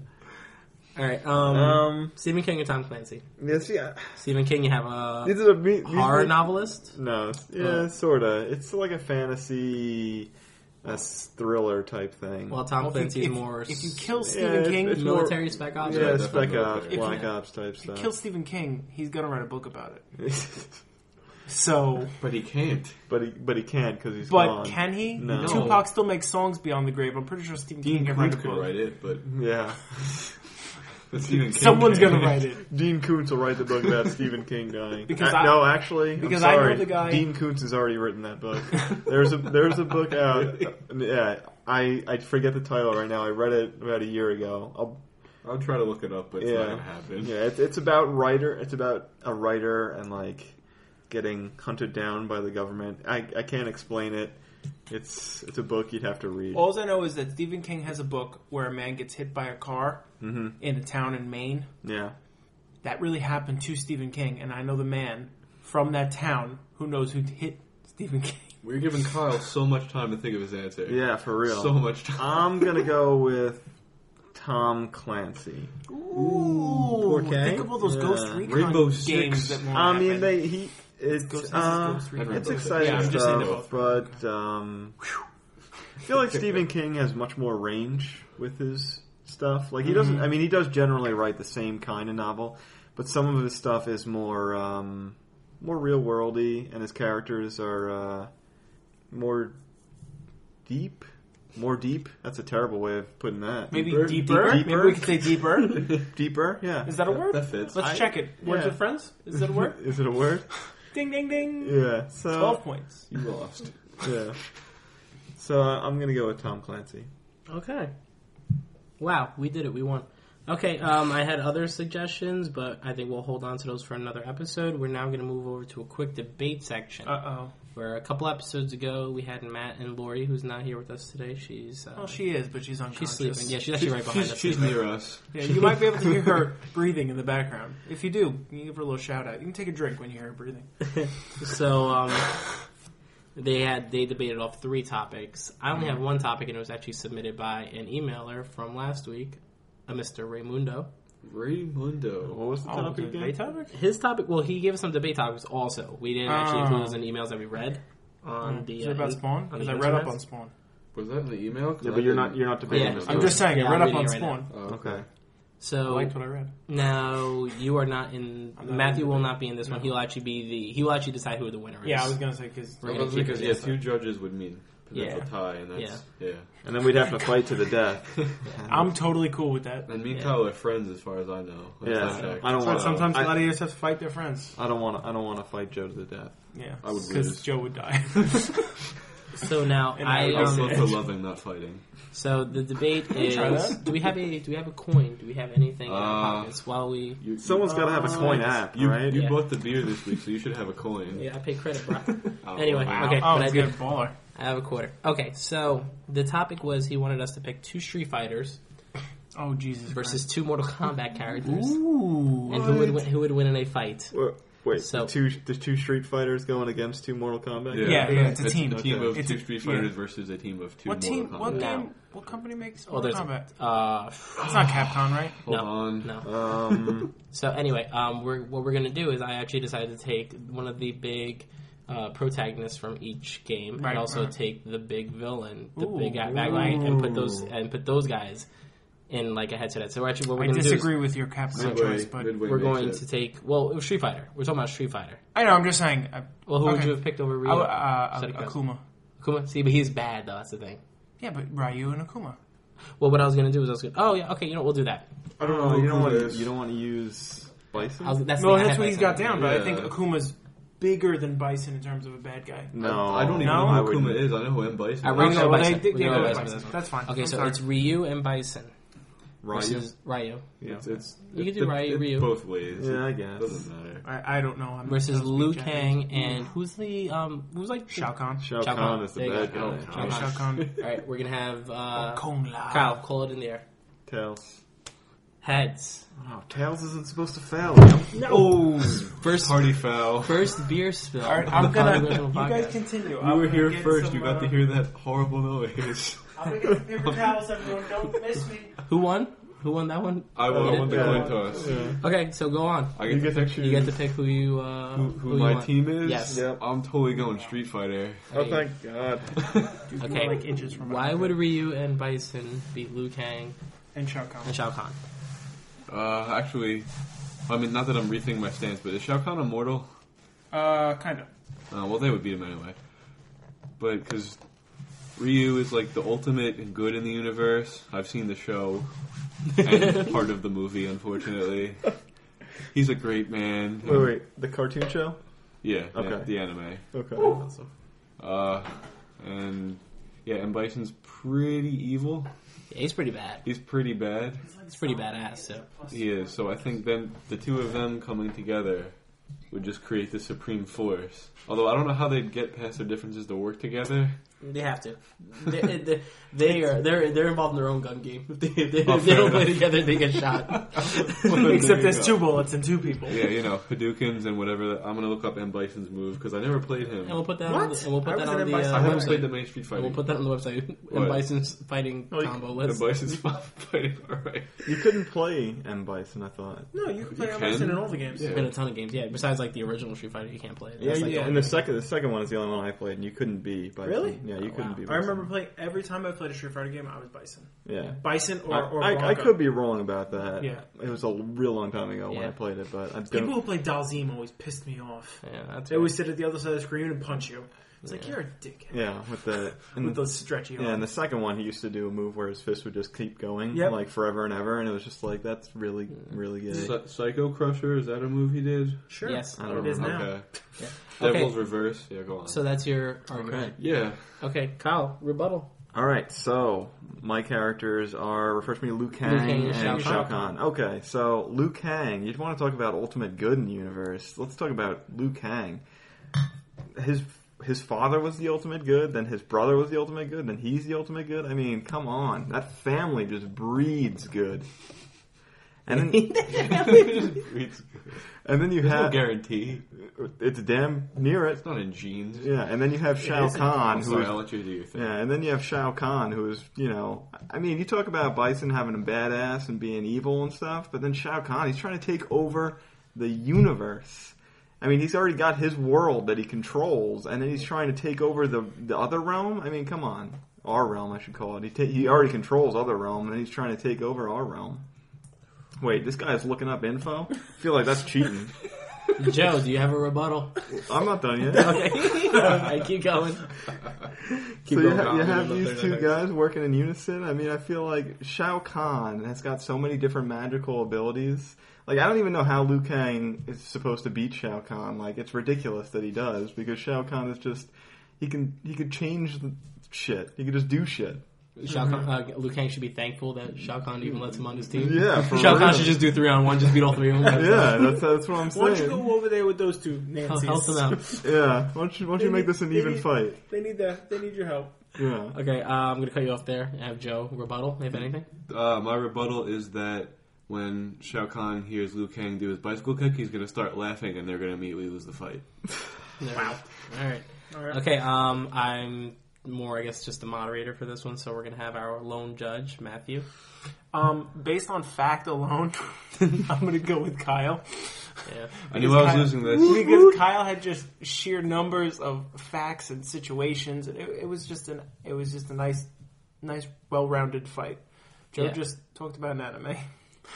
[SPEAKER 2] All right. Um,
[SPEAKER 5] Um.
[SPEAKER 2] Stephen King or Tom Clancy.
[SPEAKER 5] Yeah. See, I,
[SPEAKER 2] Stephen King, you have a
[SPEAKER 5] these are me- these
[SPEAKER 2] horror
[SPEAKER 5] make-
[SPEAKER 2] novelist.
[SPEAKER 5] No. it's- Yeah, sorta. It's like a fantasy, uh, thriller type thing.
[SPEAKER 2] Well, Tom
[SPEAKER 3] If you-
[SPEAKER 2] Clancy's
[SPEAKER 3] if,
[SPEAKER 2] more
[SPEAKER 3] if you
[SPEAKER 2] s-
[SPEAKER 3] kill
[SPEAKER 5] Yeah,
[SPEAKER 3] Stephen
[SPEAKER 5] it's-
[SPEAKER 3] King,
[SPEAKER 5] it's more-
[SPEAKER 2] military spec ops.
[SPEAKER 5] yeah,
[SPEAKER 4] Right,
[SPEAKER 5] Spec
[SPEAKER 4] definitely
[SPEAKER 5] Ops,
[SPEAKER 4] military.
[SPEAKER 5] Black
[SPEAKER 3] If you-
[SPEAKER 5] Ops type
[SPEAKER 3] if you
[SPEAKER 5] stuff.
[SPEAKER 3] kill Stephen King, he's gonna write a book about it. So,
[SPEAKER 4] but he can't.
[SPEAKER 5] but he but he can't because he's
[SPEAKER 3] but
[SPEAKER 5] gone.
[SPEAKER 3] can he?
[SPEAKER 5] No.
[SPEAKER 3] Tupac still makes songs beyond the grave. I'm pretty sure Stephen
[SPEAKER 4] Dean
[SPEAKER 3] King can write a
[SPEAKER 4] Koontz could
[SPEAKER 3] book.
[SPEAKER 4] write it, but
[SPEAKER 5] yeah,
[SPEAKER 4] but Stephen King
[SPEAKER 3] Someone's
[SPEAKER 4] can't.
[SPEAKER 3] gonna write it.
[SPEAKER 5] Dean Koontz will write the book about Stephen King dying.
[SPEAKER 3] Because
[SPEAKER 5] Uh,
[SPEAKER 3] I-
[SPEAKER 5] no, actually, I'm
[SPEAKER 3] because I know
[SPEAKER 5] sorry.
[SPEAKER 3] the guy-
[SPEAKER 5] Dean Koontz has already written that book. There's a there's a book out. Yeah, I I forget the title right now. I read it about a year ago. I'll,
[SPEAKER 4] I'll try to look it up, but it's
[SPEAKER 5] yeah,
[SPEAKER 4] not gonna happen.
[SPEAKER 5] yeah. It's, it's about writer. It's about a writer and like getting hunted down by the government. I I can't explain it. It's it's a book you'd have to read.
[SPEAKER 3] All I know is that Stephen King has a book where a man gets hit by a car
[SPEAKER 4] Mm-hmm.
[SPEAKER 3] in a town in Maine.
[SPEAKER 5] Yeah.
[SPEAKER 3] That really happened to Stephen King, and I know the man from that town who knows who hit Stephen King.
[SPEAKER 4] We're giving Kyle so much time to think of his answer.
[SPEAKER 5] Yeah, for real.
[SPEAKER 4] so much time.
[SPEAKER 5] I'm gonna go with Tom Clancy.
[SPEAKER 3] Ooh,
[SPEAKER 2] K.
[SPEAKER 3] think of all those
[SPEAKER 5] Yeah.
[SPEAKER 3] Ghost Recon
[SPEAKER 4] Rainbow Six.
[SPEAKER 3] games that won't
[SPEAKER 5] I mean,
[SPEAKER 3] happen.
[SPEAKER 5] they he it's
[SPEAKER 3] Ghost-
[SPEAKER 5] uh,
[SPEAKER 3] Ghost Recon.
[SPEAKER 5] it's exciting
[SPEAKER 3] Yeah, I'm just saying
[SPEAKER 5] stuff, but um, I feel like Stephen King has much more range with his stuff. Like he
[SPEAKER 3] Mm-hmm.
[SPEAKER 5] doesn't. I mean, he does generally write the same kind of novel, but some of his stuff is more um, more real worldy, and his characters are uh, more deep. More deep. That's a terrible way of putting that.
[SPEAKER 3] Maybe
[SPEAKER 4] Deeper?
[SPEAKER 3] deeper. Maybe we could say deeper.
[SPEAKER 5] deeper. Yeah.
[SPEAKER 3] Is that a word?
[SPEAKER 4] That fits.
[SPEAKER 3] Let's
[SPEAKER 5] I-
[SPEAKER 3] check it. Words
[SPEAKER 5] yeah.
[SPEAKER 3] with friends? Is that a word?
[SPEAKER 5] Is it a word?
[SPEAKER 3] ding, ding, ding.
[SPEAKER 5] Yeah. So
[SPEAKER 4] Uh,
[SPEAKER 3] 12 points.
[SPEAKER 4] You lost.
[SPEAKER 5] Yeah. So uh, I'm gonna go with Tom Clancy.
[SPEAKER 2] Okay. Wow, we did it. We won. Okay, um, I had other suggestions, but I think we'll hold on to those for another episode. We're now going to move over to a quick debate section,
[SPEAKER 3] Uh-oh.
[SPEAKER 2] where a couple episodes ago we had Matt and Lori, who's not here with us today. She's uh,
[SPEAKER 3] Well, Oh, she is, but she's
[SPEAKER 2] she's
[SPEAKER 3] unconscious.
[SPEAKER 2] sleeping. Yeah, she's actually right behind
[SPEAKER 4] she's
[SPEAKER 2] us.
[SPEAKER 4] she's near us.
[SPEAKER 3] Yeah, you might be able to hear her breathing in the background. If you do, you can give her a little shout out. You can take a drink when you hear her breathing.
[SPEAKER 2] So um, they had they debated off three topics. I only have one topic, and it was actually submitted by an emailer from last week, a Mr. Raymundo.
[SPEAKER 4] Raymundo.
[SPEAKER 5] What was the topic
[SPEAKER 3] Oh,
[SPEAKER 5] again?
[SPEAKER 3] topic?
[SPEAKER 2] His topic, well, he gave us some debate topics also. We didn't actually
[SPEAKER 3] Oh.
[SPEAKER 2] include those in the emails that we read on the.
[SPEAKER 3] Is it about
[SPEAKER 2] in-
[SPEAKER 3] Spawn?
[SPEAKER 2] on
[SPEAKER 3] Because
[SPEAKER 2] the
[SPEAKER 3] I read up
[SPEAKER 2] internet.
[SPEAKER 3] on Spawn.
[SPEAKER 4] Was that in the email? 'Cause
[SPEAKER 5] Yeah,
[SPEAKER 4] I
[SPEAKER 5] but you're
[SPEAKER 4] didn't-
[SPEAKER 5] not you're not
[SPEAKER 2] Yeah.
[SPEAKER 5] debating this.
[SPEAKER 3] I'm
[SPEAKER 4] Oh.
[SPEAKER 3] just saying,
[SPEAKER 2] Yeah,
[SPEAKER 3] I
[SPEAKER 2] I'm
[SPEAKER 3] read up
[SPEAKER 2] reading
[SPEAKER 3] on
[SPEAKER 2] it right
[SPEAKER 3] Spawn.
[SPEAKER 4] Oh,
[SPEAKER 5] okay.
[SPEAKER 3] I
[SPEAKER 2] So
[SPEAKER 3] liked what I read.
[SPEAKER 2] now you are not in.
[SPEAKER 3] I'm not
[SPEAKER 2] Matthew
[SPEAKER 3] in
[SPEAKER 2] will
[SPEAKER 3] the-
[SPEAKER 2] not be in this one. He'll actually be the. He will actually decide who the winner is.
[SPEAKER 3] Yeah, I was going to say, because...
[SPEAKER 2] We're gonna
[SPEAKER 4] Well,
[SPEAKER 2] keep
[SPEAKER 4] because
[SPEAKER 2] it
[SPEAKER 4] yeah,
[SPEAKER 2] separate.
[SPEAKER 4] two judges would mean potential
[SPEAKER 2] Yeah.
[SPEAKER 4] tie, and that's yeah.
[SPEAKER 5] And then we'd have to fight to the death.
[SPEAKER 3] I'm totally cool with that.
[SPEAKER 4] And me and
[SPEAKER 2] Yeah.
[SPEAKER 4] Kyle are friends, as far as I know. Last
[SPEAKER 5] Yeah.
[SPEAKER 4] Uh, I checked.
[SPEAKER 5] I don't
[SPEAKER 3] But
[SPEAKER 5] wanna-
[SPEAKER 3] sometimes e-
[SPEAKER 5] I-
[SPEAKER 3] a lot of us have to fight their friends.
[SPEAKER 5] I don't want to. I don't want to fight Joe to the death.
[SPEAKER 3] Yeah,
[SPEAKER 4] I would
[SPEAKER 3] because
[SPEAKER 4] lose.
[SPEAKER 3] Joe would die.
[SPEAKER 2] So now
[SPEAKER 3] And
[SPEAKER 2] I.
[SPEAKER 3] I
[SPEAKER 4] I would
[SPEAKER 2] Um,
[SPEAKER 4] love for loving, not fighting.
[SPEAKER 2] so the debate
[SPEAKER 3] try
[SPEAKER 2] is:
[SPEAKER 3] that.
[SPEAKER 2] Do we have a? Do we have a coin? Do we have anything in our
[SPEAKER 4] Uh,
[SPEAKER 2] pockets while we?
[SPEAKER 4] You,
[SPEAKER 5] Someone's got to have a coin
[SPEAKER 3] Uh,
[SPEAKER 5] app,
[SPEAKER 4] you,
[SPEAKER 5] right?
[SPEAKER 4] you
[SPEAKER 2] Yeah.
[SPEAKER 4] bought the beer this week, so you should have a coin.
[SPEAKER 2] Yeah, I pay credit, bro.
[SPEAKER 4] Oh,
[SPEAKER 2] anyway,
[SPEAKER 4] wow.
[SPEAKER 2] okay,
[SPEAKER 3] oh,
[SPEAKER 2] but I
[SPEAKER 3] it's
[SPEAKER 2] do.
[SPEAKER 3] good baller.
[SPEAKER 2] I have a quarter. Okay, so the topic was he wanted us to pick two Street Fighters
[SPEAKER 3] Oh Jesus.
[SPEAKER 2] versus two Mortal Kombat characters,
[SPEAKER 3] Christ. Ooh.
[SPEAKER 2] and who would win, who would win in a fight?
[SPEAKER 5] Wait, wait
[SPEAKER 2] So-
[SPEAKER 5] the two the two Street Fighters going against two Mortal Kombat.
[SPEAKER 3] Yeah, yeah, it's a team.
[SPEAKER 4] of
[SPEAKER 3] It's
[SPEAKER 4] two
[SPEAKER 3] a-
[SPEAKER 4] Street
[SPEAKER 3] yeah.
[SPEAKER 4] Fighters versus a team of two
[SPEAKER 3] what
[SPEAKER 4] Mortal
[SPEAKER 3] team? What
[SPEAKER 4] Kombat.
[SPEAKER 2] No.
[SPEAKER 3] game? What company makes
[SPEAKER 2] Oh,
[SPEAKER 3] Mortal
[SPEAKER 2] there's
[SPEAKER 3] Kombat?
[SPEAKER 2] uh,
[SPEAKER 3] It's not Capcom, right?
[SPEAKER 4] Hold
[SPEAKER 2] no,
[SPEAKER 4] on.
[SPEAKER 2] no.
[SPEAKER 5] Um,
[SPEAKER 2] So anyway, um, we're, what we're gonna do is I actually decided to take one of the big uh, protagonists from each game,
[SPEAKER 3] Right, Uh-huh.
[SPEAKER 2] and also
[SPEAKER 3] right.
[SPEAKER 2] take the big villain, the
[SPEAKER 3] Ooh.
[SPEAKER 2] big guy, bad guy, and put those and put those guys in like a headset. So actually, what we're
[SPEAKER 3] I
[SPEAKER 2] gonna
[SPEAKER 3] disagree
[SPEAKER 2] do
[SPEAKER 3] with your Capcom choice, but
[SPEAKER 4] midway
[SPEAKER 2] is we're
[SPEAKER 4] makes
[SPEAKER 2] going
[SPEAKER 4] it.
[SPEAKER 2] to take well it was Street Fighter. We're talking about Street Fighter.
[SPEAKER 3] I know. I'm just saying. I,
[SPEAKER 2] Well, who would
[SPEAKER 3] Okay.
[SPEAKER 2] you have picked over Ryu?
[SPEAKER 3] I, uh,
[SPEAKER 2] Instead of Kaz.
[SPEAKER 3] Akuma.
[SPEAKER 2] Akuma. See, but he's bad though. That's the thing.
[SPEAKER 3] Yeah, but Ryu and Akuma.
[SPEAKER 2] Well, what I was gonna do is I was gonna oh yeah okay you know what, we'll do that.
[SPEAKER 5] I don't
[SPEAKER 4] know
[SPEAKER 5] know. You don't
[SPEAKER 4] who
[SPEAKER 5] want to
[SPEAKER 4] this-
[SPEAKER 5] you don't want to use Bison.
[SPEAKER 2] I was, that's the
[SPEAKER 3] Well,
[SPEAKER 2] thing I
[SPEAKER 3] that's
[SPEAKER 2] had
[SPEAKER 3] what he's got
[SPEAKER 2] myself.
[SPEAKER 3] down, but I think
[SPEAKER 4] Yeah.
[SPEAKER 3] Akuma's bigger than Bison in terms of a bad guy.
[SPEAKER 5] no,
[SPEAKER 4] I don't even
[SPEAKER 3] No?
[SPEAKER 4] know
[SPEAKER 5] I
[SPEAKER 4] who
[SPEAKER 5] wouldn't.
[SPEAKER 4] Kuma is. I know who M Bison.
[SPEAKER 2] I
[SPEAKER 4] is.
[SPEAKER 2] really
[SPEAKER 3] Okay,
[SPEAKER 2] know
[SPEAKER 3] well, they
[SPEAKER 2] Bison.
[SPEAKER 3] did-
[SPEAKER 2] We
[SPEAKER 3] yeah,
[SPEAKER 2] know
[SPEAKER 3] they
[SPEAKER 2] Bison,
[SPEAKER 3] Bison.
[SPEAKER 2] but
[SPEAKER 3] That's fine.
[SPEAKER 2] Okay,
[SPEAKER 3] I'm
[SPEAKER 2] so
[SPEAKER 3] sorry.
[SPEAKER 2] it's Ryu and Bison
[SPEAKER 4] Ryu.
[SPEAKER 2] versus Ryu.
[SPEAKER 5] Yeah.
[SPEAKER 4] It's, it's,
[SPEAKER 2] You
[SPEAKER 4] it-
[SPEAKER 2] could do
[SPEAKER 4] it-
[SPEAKER 2] Ryu,
[SPEAKER 4] it's
[SPEAKER 2] Ryu.
[SPEAKER 4] Both ways.
[SPEAKER 5] Yeah, I
[SPEAKER 4] It
[SPEAKER 5] guess.
[SPEAKER 4] Doesn't matter.
[SPEAKER 3] I, I don't know. I'm
[SPEAKER 2] versus
[SPEAKER 3] I'm
[SPEAKER 2] Liu
[SPEAKER 3] Japanese.
[SPEAKER 2] Kang and who's the um who's like the-
[SPEAKER 3] Shao Kahn.
[SPEAKER 5] Shao, Kahn
[SPEAKER 2] Shao Kahn.
[SPEAKER 5] is the
[SPEAKER 2] There you
[SPEAKER 5] bad
[SPEAKER 2] go.
[SPEAKER 5] guy.
[SPEAKER 2] Shao
[SPEAKER 5] Oh,
[SPEAKER 3] Yeah, Shao Kahn.
[SPEAKER 2] All right, we're gonna have
[SPEAKER 4] Oh,
[SPEAKER 2] uh,
[SPEAKER 3] Kung Lao.
[SPEAKER 2] Kyle call it in the air.
[SPEAKER 5] Tails.
[SPEAKER 2] Heads
[SPEAKER 5] Oh, Tails isn't supposed to fail.
[SPEAKER 4] No.
[SPEAKER 2] first
[SPEAKER 4] Party foul.
[SPEAKER 2] first beer spill.
[SPEAKER 3] All right,
[SPEAKER 2] on
[SPEAKER 3] I'm
[SPEAKER 2] Oh. the Father
[SPEAKER 3] gonna.
[SPEAKER 2] Original
[SPEAKER 3] You
[SPEAKER 2] Podcast.
[SPEAKER 3] guys continue.
[SPEAKER 4] You were here first. You
[SPEAKER 3] uh,
[SPEAKER 4] got to hear that horrible noise.
[SPEAKER 3] I'm gonna get some paper towels, everyone. Don't miss me.
[SPEAKER 2] Who won? Who won that one?
[SPEAKER 4] I won, I won the
[SPEAKER 5] yeah.
[SPEAKER 4] coin toss.
[SPEAKER 2] Okay, so go on.
[SPEAKER 4] I
[SPEAKER 5] You
[SPEAKER 4] get
[SPEAKER 5] get
[SPEAKER 4] to
[SPEAKER 5] to choose.
[SPEAKER 2] You get to pick who you uh,
[SPEAKER 4] who, who
[SPEAKER 2] you
[SPEAKER 4] my
[SPEAKER 2] want.
[SPEAKER 4] team is.
[SPEAKER 2] Yes.
[SPEAKER 5] Yep.
[SPEAKER 4] I'm totally going Street Fighter.
[SPEAKER 5] Oh, thank God.
[SPEAKER 2] Okay.
[SPEAKER 3] Like inches from
[SPEAKER 2] Why would Ryu and Bison beat Liu Kang
[SPEAKER 3] and Shao Kahn?
[SPEAKER 2] and Shao Kahn?
[SPEAKER 4] Uh, actually, I mean, not that I'm rethinking my stance, but is Shao Kahn immortal?
[SPEAKER 3] Uh, kind of.
[SPEAKER 4] Uh, well, they would beat him anyway. But because Ryu is like the ultimate good in the universe. I've seen the show and part of the movie, unfortunately. He's a great man.
[SPEAKER 5] Wait, wait. The cartoon show.
[SPEAKER 4] Yeah, yeah,
[SPEAKER 5] Okay.
[SPEAKER 4] the anime.
[SPEAKER 5] Okay.
[SPEAKER 4] Uh, and yeah, and Bison's pretty evil.
[SPEAKER 2] Yeah, he's pretty bad.
[SPEAKER 4] He's pretty bad.
[SPEAKER 2] He's pretty badass. So
[SPEAKER 4] He is. So I think them, the two of them coming together would just create the supreme force. Although I don't know how they'd get past their differences to work together.
[SPEAKER 2] they have to. They, they, they are they're they're involved in their own gun game. If they, if they,
[SPEAKER 4] Oh,
[SPEAKER 2] if they
[SPEAKER 4] fair
[SPEAKER 2] don't play
[SPEAKER 4] enough.
[SPEAKER 2] together, they get shot.
[SPEAKER 4] Well, there
[SPEAKER 3] Except
[SPEAKER 4] you
[SPEAKER 3] there's
[SPEAKER 4] go.
[SPEAKER 3] two bullets and two people.
[SPEAKER 4] Yeah, you know, Hadoukens and whatever. I'm gonna look up M Bison's move because I never played him.
[SPEAKER 2] And we'll put that on
[SPEAKER 5] What?
[SPEAKER 2] the, and we'll put
[SPEAKER 5] I
[SPEAKER 2] that
[SPEAKER 5] was
[SPEAKER 2] on
[SPEAKER 5] in
[SPEAKER 2] the
[SPEAKER 5] Bison.
[SPEAKER 4] I
[SPEAKER 2] uh,
[SPEAKER 4] haven't played the
[SPEAKER 2] website.
[SPEAKER 4] main Street
[SPEAKER 2] And
[SPEAKER 4] Fighter.
[SPEAKER 2] we'll put that on the website.
[SPEAKER 4] What?
[SPEAKER 2] And Bison's fighting
[SPEAKER 5] Like,
[SPEAKER 2] combo
[SPEAKER 4] M
[SPEAKER 2] list.
[SPEAKER 4] Bison's fighting. All right.
[SPEAKER 5] You couldn't play M Bison. I thought.
[SPEAKER 3] No, you can play
[SPEAKER 4] You
[SPEAKER 3] on Bison
[SPEAKER 4] can?
[SPEAKER 3] in all the games.
[SPEAKER 4] Yeah.
[SPEAKER 2] There's been a ton of games, yeah. Besides like the original Street Fighter, you can't play. it.
[SPEAKER 5] Yeah,
[SPEAKER 2] That's, like,
[SPEAKER 5] yeah.
[SPEAKER 2] the
[SPEAKER 5] And
[SPEAKER 2] only-
[SPEAKER 5] the second, the second one is the only one I played, and you couldn't be. Bison.
[SPEAKER 3] Really?
[SPEAKER 5] Yeah, you
[SPEAKER 2] Oh,
[SPEAKER 5] couldn't
[SPEAKER 2] wow.
[SPEAKER 5] be.
[SPEAKER 3] I
[SPEAKER 5] Bison.
[SPEAKER 3] remember playing every time I played a Street Fighter game, I was Bison.
[SPEAKER 5] Yeah.
[SPEAKER 3] Bison or, or
[SPEAKER 5] I, I, I
[SPEAKER 3] Blanca.
[SPEAKER 5] could be wrong about that.
[SPEAKER 3] Yeah.
[SPEAKER 5] It was a real long time ago when
[SPEAKER 2] Yeah.
[SPEAKER 5] I played it, but I'm
[SPEAKER 3] People
[SPEAKER 5] gonna.
[SPEAKER 3] who play Dalzim always pissed me off.
[SPEAKER 2] yeah, that's
[SPEAKER 3] They always sit at the other side of the screen and punch you. It's like
[SPEAKER 2] Yeah.
[SPEAKER 3] you're a dickhead
[SPEAKER 5] Yeah, with the
[SPEAKER 3] with
[SPEAKER 5] and
[SPEAKER 3] those stretchy arms.
[SPEAKER 5] yeah, and the second one he used to do a move where his fist would just keep going
[SPEAKER 3] Yep. Mm.
[SPEAKER 5] like forever and ever, and it was just like that's really really good.
[SPEAKER 4] Psy- Psycho Crusher is that a move he did?
[SPEAKER 3] sure.
[SPEAKER 2] Yes.
[SPEAKER 5] I
[SPEAKER 3] It
[SPEAKER 5] don't
[SPEAKER 3] is
[SPEAKER 5] know.
[SPEAKER 3] now.
[SPEAKER 4] Okay.
[SPEAKER 2] Yeah.
[SPEAKER 4] Devil's
[SPEAKER 2] Okay.
[SPEAKER 4] Reverse. Yeah, go on.
[SPEAKER 2] So that's your argument.
[SPEAKER 4] yeah,
[SPEAKER 2] Okay, Kyle, rebuttal.
[SPEAKER 5] All right, so my characters are refresh me, Liu Kang,
[SPEAKER 2] Liu Kang and
[SPEAKER 5] and
[SPEAKER 2] Shao
[SPEAKER 5] Shao,
[SPEAKER 2] Kahn.
[SPEAKER 5] Kahn. Okay, so Liu Kang, you'd want to talk about ultimate good in the universe. Let's talk about Liu Kang. His his father was the ultimate good, then his brother was the ultimate good, then he's the ultimate good. I mean, come on, that family just breeds good. And then,
[SPEAKER 4] it's
[SPEAKER 5] and then you
[SPEAKER 4] no
[SPEAKER 5] have
[SPEAKER 4] guarantee.
[SPEAKER 5] it's damn near it.
[SPEAKER 4] It's not in genes.
[SPEAKER 5] Yeah, and then you have Shao
[SPEAKER 3] isn't.
[SPEAKER 5] Kahn,
[SPEAKER 4] I'm
[SPEAKER 5] who
[SPEAKER 4] sorry.
[SPEAKER 5] is
[SPEAKER 4] I'll let you do your thing.
[SPEAKER 5] Yeah, and then you have Shao Kahn, who is, you know, I mean, you talk about Bison having a badass and being evil and stuff, but then Shao Kahn, he's trying to take over the universe. I mean, he's already got his world that he controls, and then he's trying to take over the the other realm. I mean, come on, our realm, I should call it. He ta- he already controls other realm, and he's trying to take over our realm. Wait, this guy's looking up info. I feel like that's cheating.
[SPEAKER 2] Joe, do you have a rebuttal?
[SPEAKER 5] I'm not done yet.
[SPEAKER 2] Okay, I keep going.
[SPEAKER 5] so you,
[SPEAKER 4] going,
[SPEAKER 5] ha- you have
[SPEAKER 4] Colin. You're not
[SPEAKER 5] these
[SPEAKER 4] there
[SPEAKER 5] two
[SPEAKER 4] next.
[SPEAKER 5] guys working in unison. I mean, I feel like Shao Kahn has got so many different magical abilities. Like, I don't even know how Liu Kang is supposed to beat Shao Kahn. Like, it's ridiculous that he does because Shao Kahn is just he can he could change the shit. He could just do shit.
[SPEAKER 2] Shao Kahn, uh, Liu Kang should be thankful that Shao Kahn even lets him on his team.
[SPEAKER 5] Yeah, for
[SPEAKER 2] Shao Kahn
[SPEAKER 5] real.
[SPEAKER 2] should just do three on one, just beat all three of them.
[SPEAKER 5] Yeah, that's that's what I'm
[SPEAKER 3] Why don't you
[SPEAKER 5] saying.
[SPEAKER 3] go over there with those two
[SPEAKER 2] Help
[SPEAKER 3] Nancy's?
[SPEAKER 2] help them out.
[SPEAKER 5] Yeah, why don't you why don't you make this an even fight?
[SPEAKER 3] They need that. They need your help.
[SPEAKER 5] Yeah.
[SPEAKER 2] Okay, uh, I'm gonna cut you off there. and Have Joe rebuttal if anything.
[SPEAKER 4] Uh, my rebuttal is that when Shao Kahn hears Liu Kang do his bicycle kick, he's going to start laughing and they're going to immediately lose the fight.
[SPEAKER 2] Wow. All right.
[SPEAKER 3] All right.
[SPEAKER 2] Okay. Um, I'm more, I guess, just the moderator for this one. So we're gonna have our lone judge, Matthew.
[SPEAKER 3] Um, based on fact alone, I'm gonna go with Kyle.
[SPEAKER 2] Yeah.
[SPEAKER 4] I knew I was
[SPEAKER 3] Kyle-
[SPEAKER 4] losing this.
[SPEAKER 3] because Kyle had just sheer numbers of facts and situations, and it, it was just an it was just a nice, nice, well-rounded fight. Joe
[SPEAKER 2] Yeah.
[SPEAKER 3] just talked about an anime.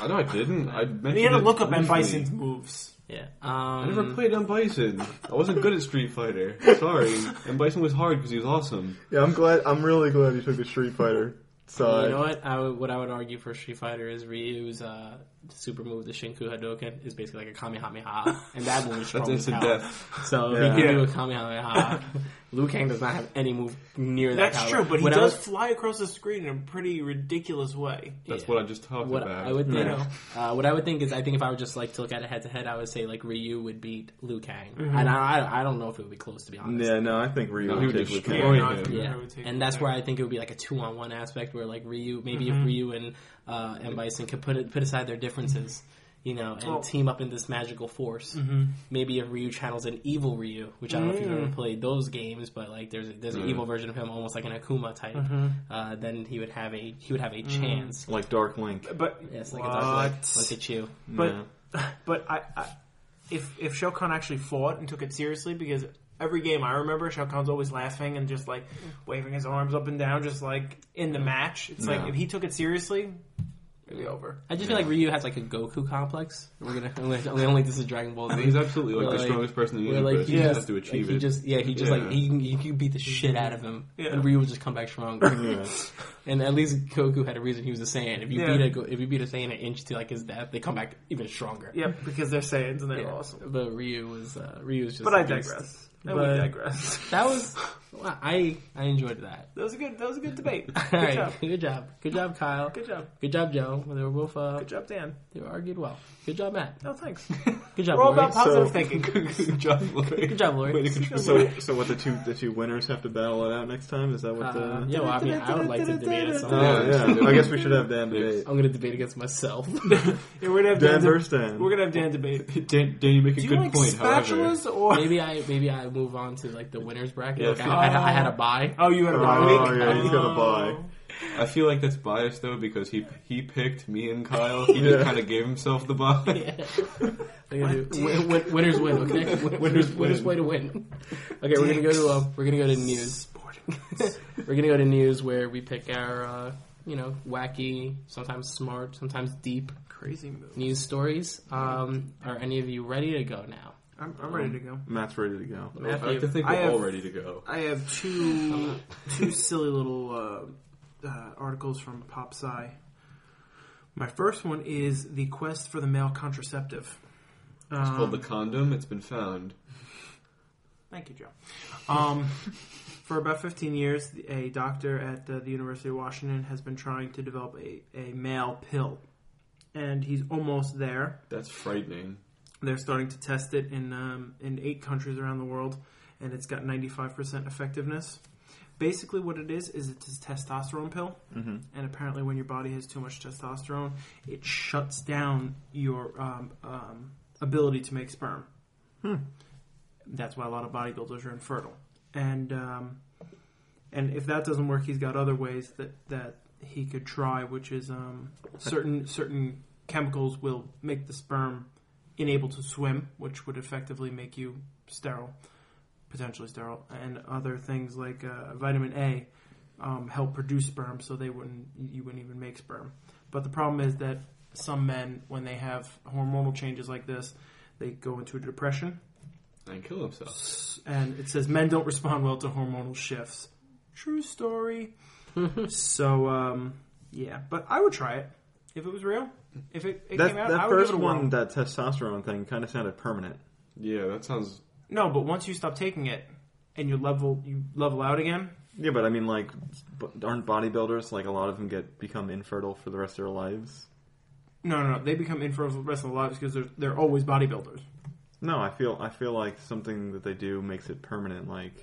[SPEAKER 4] I know I didn't. I mentioned
[SPEAKER 3] And he had to
[SPEAKER 4] it
[SPEAKER 3] look up M Mm-hmm.
[SPEAKER 4] briefly.
[SPEAKER 3] Bison's moves.
[SPEAKER 2] Yeah.
[SPEAKER 4] I never
[SPEAKER 2] Um,
[SPEAKER 4] played M. Bison. I wasn't good at Street Fighter. Sorry. M. Bison was hard because he was awesome.
[SPEAKER 5] Yeah, I'm glad. I'm really glad you took the Street Fighter side.
[SPEAKER 2] you know what? I would, what I would argue for Street Fighter is Ryu's uh, super move, the Shinku Hadouken, is basically like a Kamehameha, and that one was strong
[SPEAKER 4] That's
[SPEAKER 2] as
[SPEAKER 4] instant
[SPEAKER 2] hell.
[SPEAKER 4] death.
[SPEAKER 2] So
[SPEAKER 5] Yeah.
[SPEAKER 2] he can
[SPEAKER 3] Yeah.
[SPEAKER 2] do a Kamehameha. Liu Kang does not have any move near that.
[SPEAKER 3] That's
[SPEAKER 2] power.
[SPEAKER 3] true, but he
[SPEAKER 2] What I
[SPEAKER 3] does
[SPEAKER 2] would-
[SPEAKER 3] fly across the screen in a pretty ridiculous way.
[SPEAKER 4] That's
[SPEAKER 2] Yeah.
[SPEAKER 4] what I just talked
[SPEAKER 2] What
[SPEAKER 4] about.
[SPEAKER 2] I would think,
[SPEAKER 3] Yeah.
[SPEAKER 2] uh, what I would think is, I think if I were just like to look at it head to head, I would say like Ryu would beat Liu Kang, and I, I I don't know if it would be close to be honest.
[SPEAKER 5] Yeah, no, I think Ryu
[SPEAKER 4] No, he
[SPEAKER 5] would
[SPEAKER 4] would
[SPEAKER 5] take Liu
[SPEAKER 4] destroy
[SPEAKER 5] Kang.
[SPEAKER 4] him.
[SPEAKER 3] I think
[SPEAKER 2] Yeah,
[SPEAKER 3] I would take
[SPEAKER 2] and
[SPEAKER 3] that.
[SPEAKER 2] that's where I think it would be like a two-on-one aspect where like Ryu, maybe
[SPEAKER 3] Mm-hmm.
[SPEAKER 2] if Ryu and uh, and Bison could put it, put aside their differences, you know, and
[SPEAKER 3] Well-
[SPEAKER 2] team up in this magical force.
[SPEAKER 3] Mm-hmm.
[SPEAKER 2] Maybe if Ryu channels an evil Ryu, which I don't know if you've ever played those games, but like there's there's
[SPEAKER 4] Mm.
[SPEAKER 2] an evil version of him, almost like an Akuma type. Uh, then he would have a he would have a chance.
[SPEAKER 5] Like Dark Link.
[SPEAKER 3] But
[SPEAKER 2] Yes, like
[SPEAKER 3] what?
[SPEAKER 2] a Dark Knight. Look at you.
[SPEAKER 3] But
[SPEAKER 5] Yeah.
[SPEAKER 3] but I, I if if Shao Kahn actually fought and took it seriously because every game I remember Shao Kahn's always laughing and just like waving his arms up and down just like in the match. It's like
[SPEAKER 5] Yeah.
[SPEAKER 3] if he took it seriously, it'd be over.
[SPEAKER 2] I just feel like Ryu has like a Goku complex. We're gonna only, only this is Dragon Ball Z.
[SPEAKER 4] He's absolutely like, the
[SPEAKER 2] Like-
[SPEAKER 4] strongest person in the
[SPEAKER 2] Where
[SPEAKER 4] universe.
[SPEAKER 2] like
[SPEAKER 4] he
[SPEAKER 2] he
[SPEAKER 4] just
[SPEAKER 2] just
[SPEAKER 4] has to achieve
[SPEAKER 2] like, he
[SPEAKER 4] it.
[SPEAKER 2] just yeah he just
[SPEAKER 4] Yeah.
[SPEAKER 2] like he can, he can beat the shit out of him
[SPEAKER 3] Yeah.
[SPEAKER 2] and Ryu will just come back stronger. and at least Goku had a reason he was a Saiyan. If you
[SPEAKER 3] Yeah.
[SPEAKER 2] beat a Go- if you beat a Saiyan an inch to like his death, they come back even stronger.
[SPEAKER 3] Yep, because they're Saiyans and they're
[SPEAKER 2] Yeah.
[SPEAKER 3] awesome.
[SPEAKER 2] But Ryu was uh, Ryu was just.
[SPEAKER 3] But
[SPEAKER 2] a
[SPEAKER 3] I
[SPEAKER 2] beast.
[SPEAKER 3] digress. And
[SPEAKER 2] But-
[SPEAKER 3] we digress.
[SPEAKER 2] That was wow, I I enjoyed that.
[SPEAKER 3] That was a good that was a good debate. Good
[SPEAKER 2] All right,
[SPEAKER 3] job.
[SPEAKER 2] good job, good job, Kyle.
[SPEAKER 3] Good job.
[SPEAKER 2] Good job, Joe. They were both uh,
[SPEAKER 3] Good job, Dan.
[SPEAKER 2] they argued well. Good job, Matt.
[SPEAKER 3] No thanks.
[SPEAKER 2] Good job,
[SPEAKER 3] We're all
[SPEAKER 2] Lori.
[SPEAKER 3] about positive
[SPEAKER 5] So-
[SPEAKER 3] thinking.
[SPEAKER 4] good job, Lori.
[SPEAKER 2] Good job, Lori.
[SPEAKER 4] Way to control-
[SPEAKER 5] So, so what the two the two winners have to battle it out next time? Is that what the?
[SPEAKER 2] Uh, yeah, well, I mean, I would like to debate it.
[SPEAKER 5] Oh,
[SPEAKER 2] So
[SPEAKER 5] Uh-huh. yeah.
[SPEAKER 4] Yeah.
[SPEAKER 5] I guess we should have Dan debate.
[SPEAKER 2] I'm going to debate against myself.
[SPEAKER 3] Yeah, we're gonna have
[SPEAKER 5] Dan
[SPEAKER 3] Dan,
[SPEAKER 5] versus Dan.
[SPEAKER 3] we're gonna have Dan debate. Do
[SPEAKER 4] Dan, Dan, you make a
[SPEAKER 3] you
[SPEAKER 4] good
[SPEAKER 3] like
[SPEAKER 4] point, however.
[SPEAKER 3] spatulas or
[SPEAKER 2] maybe I maybe I move on to like the winners bracket.
[SPEAKER 4] Yeah,
[SPEAKER 2] Like, I,
[SPEAKER 4] feel-
[SPEAKER 2] I, had- I had a buy.
[SPEAKER 3] Oh, you had a bye
[SPEAKER 5] Oh,
[SPEAKER 3] week?
[SPEAKER 5] yeah, he's got a bye.
[SPEAKER 3] Oh.
[SPEAKER 4] I feel like that's biased, though, because he he picked me and Kyle. He
[SPEAKER 5] Yeah.
[SPEAKER 4] just kind of gave himself the bye.
[SPEAKER 2] I'm gonna do- win, win, winners win. Okay, Win- winners winners play to win. Okay, we're gonna go to uh, we're gonna go to news. we're gonna go to news where we pick our uh, you know wacky, sometimes smart, sometimes deep
[SPEAKER 3] Crazy move.
[SPEAKER 2] news stories. Um, are any of you ready to go now?
[SPEAKER 3] I'm, I'm ready to go.
[SPEAKER 5] Matt's ready to go.
[SPEAKER 4] I like to think
[SPEAKER 3] I
[SPEAKER 4] we're all
[SPEAKER 3] have-
[SPEAKER 4] ready to go.
[SPEAKER 3] I have two two silly little uh, uh, articles from Pop Sci. My first one is the quest for the male contraceptive. Um,
[SPEAKER 4] It's called the condom. It's been found.
[SPEAKER 3] Thank you, Joe. Um, for about 15 years, a doctor at uh, the University of Washington has been trying to develop a, a male pill, and he's almost there.
[SPEAKER 4] That's frightening.
[SPEAKER 3] They're starting to test it in um, in eight countries around the world, and it's got ninety five percent effectiveness. Basically, what it is is it's a testosterone pill,
[SPEAKER 5] Mm-hmm.
[SPEAKER 3] and apparently, when your body has too much testosterone, it shuts down your um, um, ability to make sperm. That's why a lot of bodybuilders are infertile, and um, and if that doesn't work, he's got other ways that that he could try, which is um, certain certain chemicals will make the sperm unable to swim, which would effectively make you sterile, potentially sterile, and other things like uh, vitamin A um, help produce sperm, so they wouldn't you wouldn't even make sperm. But the problem is that some men, when they have hormonal changes like this, they go into a depression,
[SPEAKER 4] And kill himself.
[SPEAKER 3] and it says men don't respond well to hormonal shifts. True story. so um, yeah, but I would try it if it was real. If it, it
[SPEAKER 5] That
[SPEAKER 3] came out,
[SPEAKER 5] that
[SPEAKER 3] I would
[SPEAKER 5] first
[SPEAKER 3] give it a
[SPEAKER 5] one,
[SPEAKER 3] whirl.
[SPEAKER 5] that testosterone thing, kind of sounded permanent.
[SPEAKER 4] Yeah, that sounds.
[SPEAKER 3] No, but once you stop taking it and you level you level out again,
[SPEAKER 5] Yeah, but I mean, like, b- aren't bodybuilders like a lot of them get become infertile for the rest of their lives?
[SPEAKER 3] no, no, no, they become infertile for the rest of their lives because they're they're always bodybuilders.
[SPEAKER 5] No, I feel I feel like something that they do makes it permanent. Like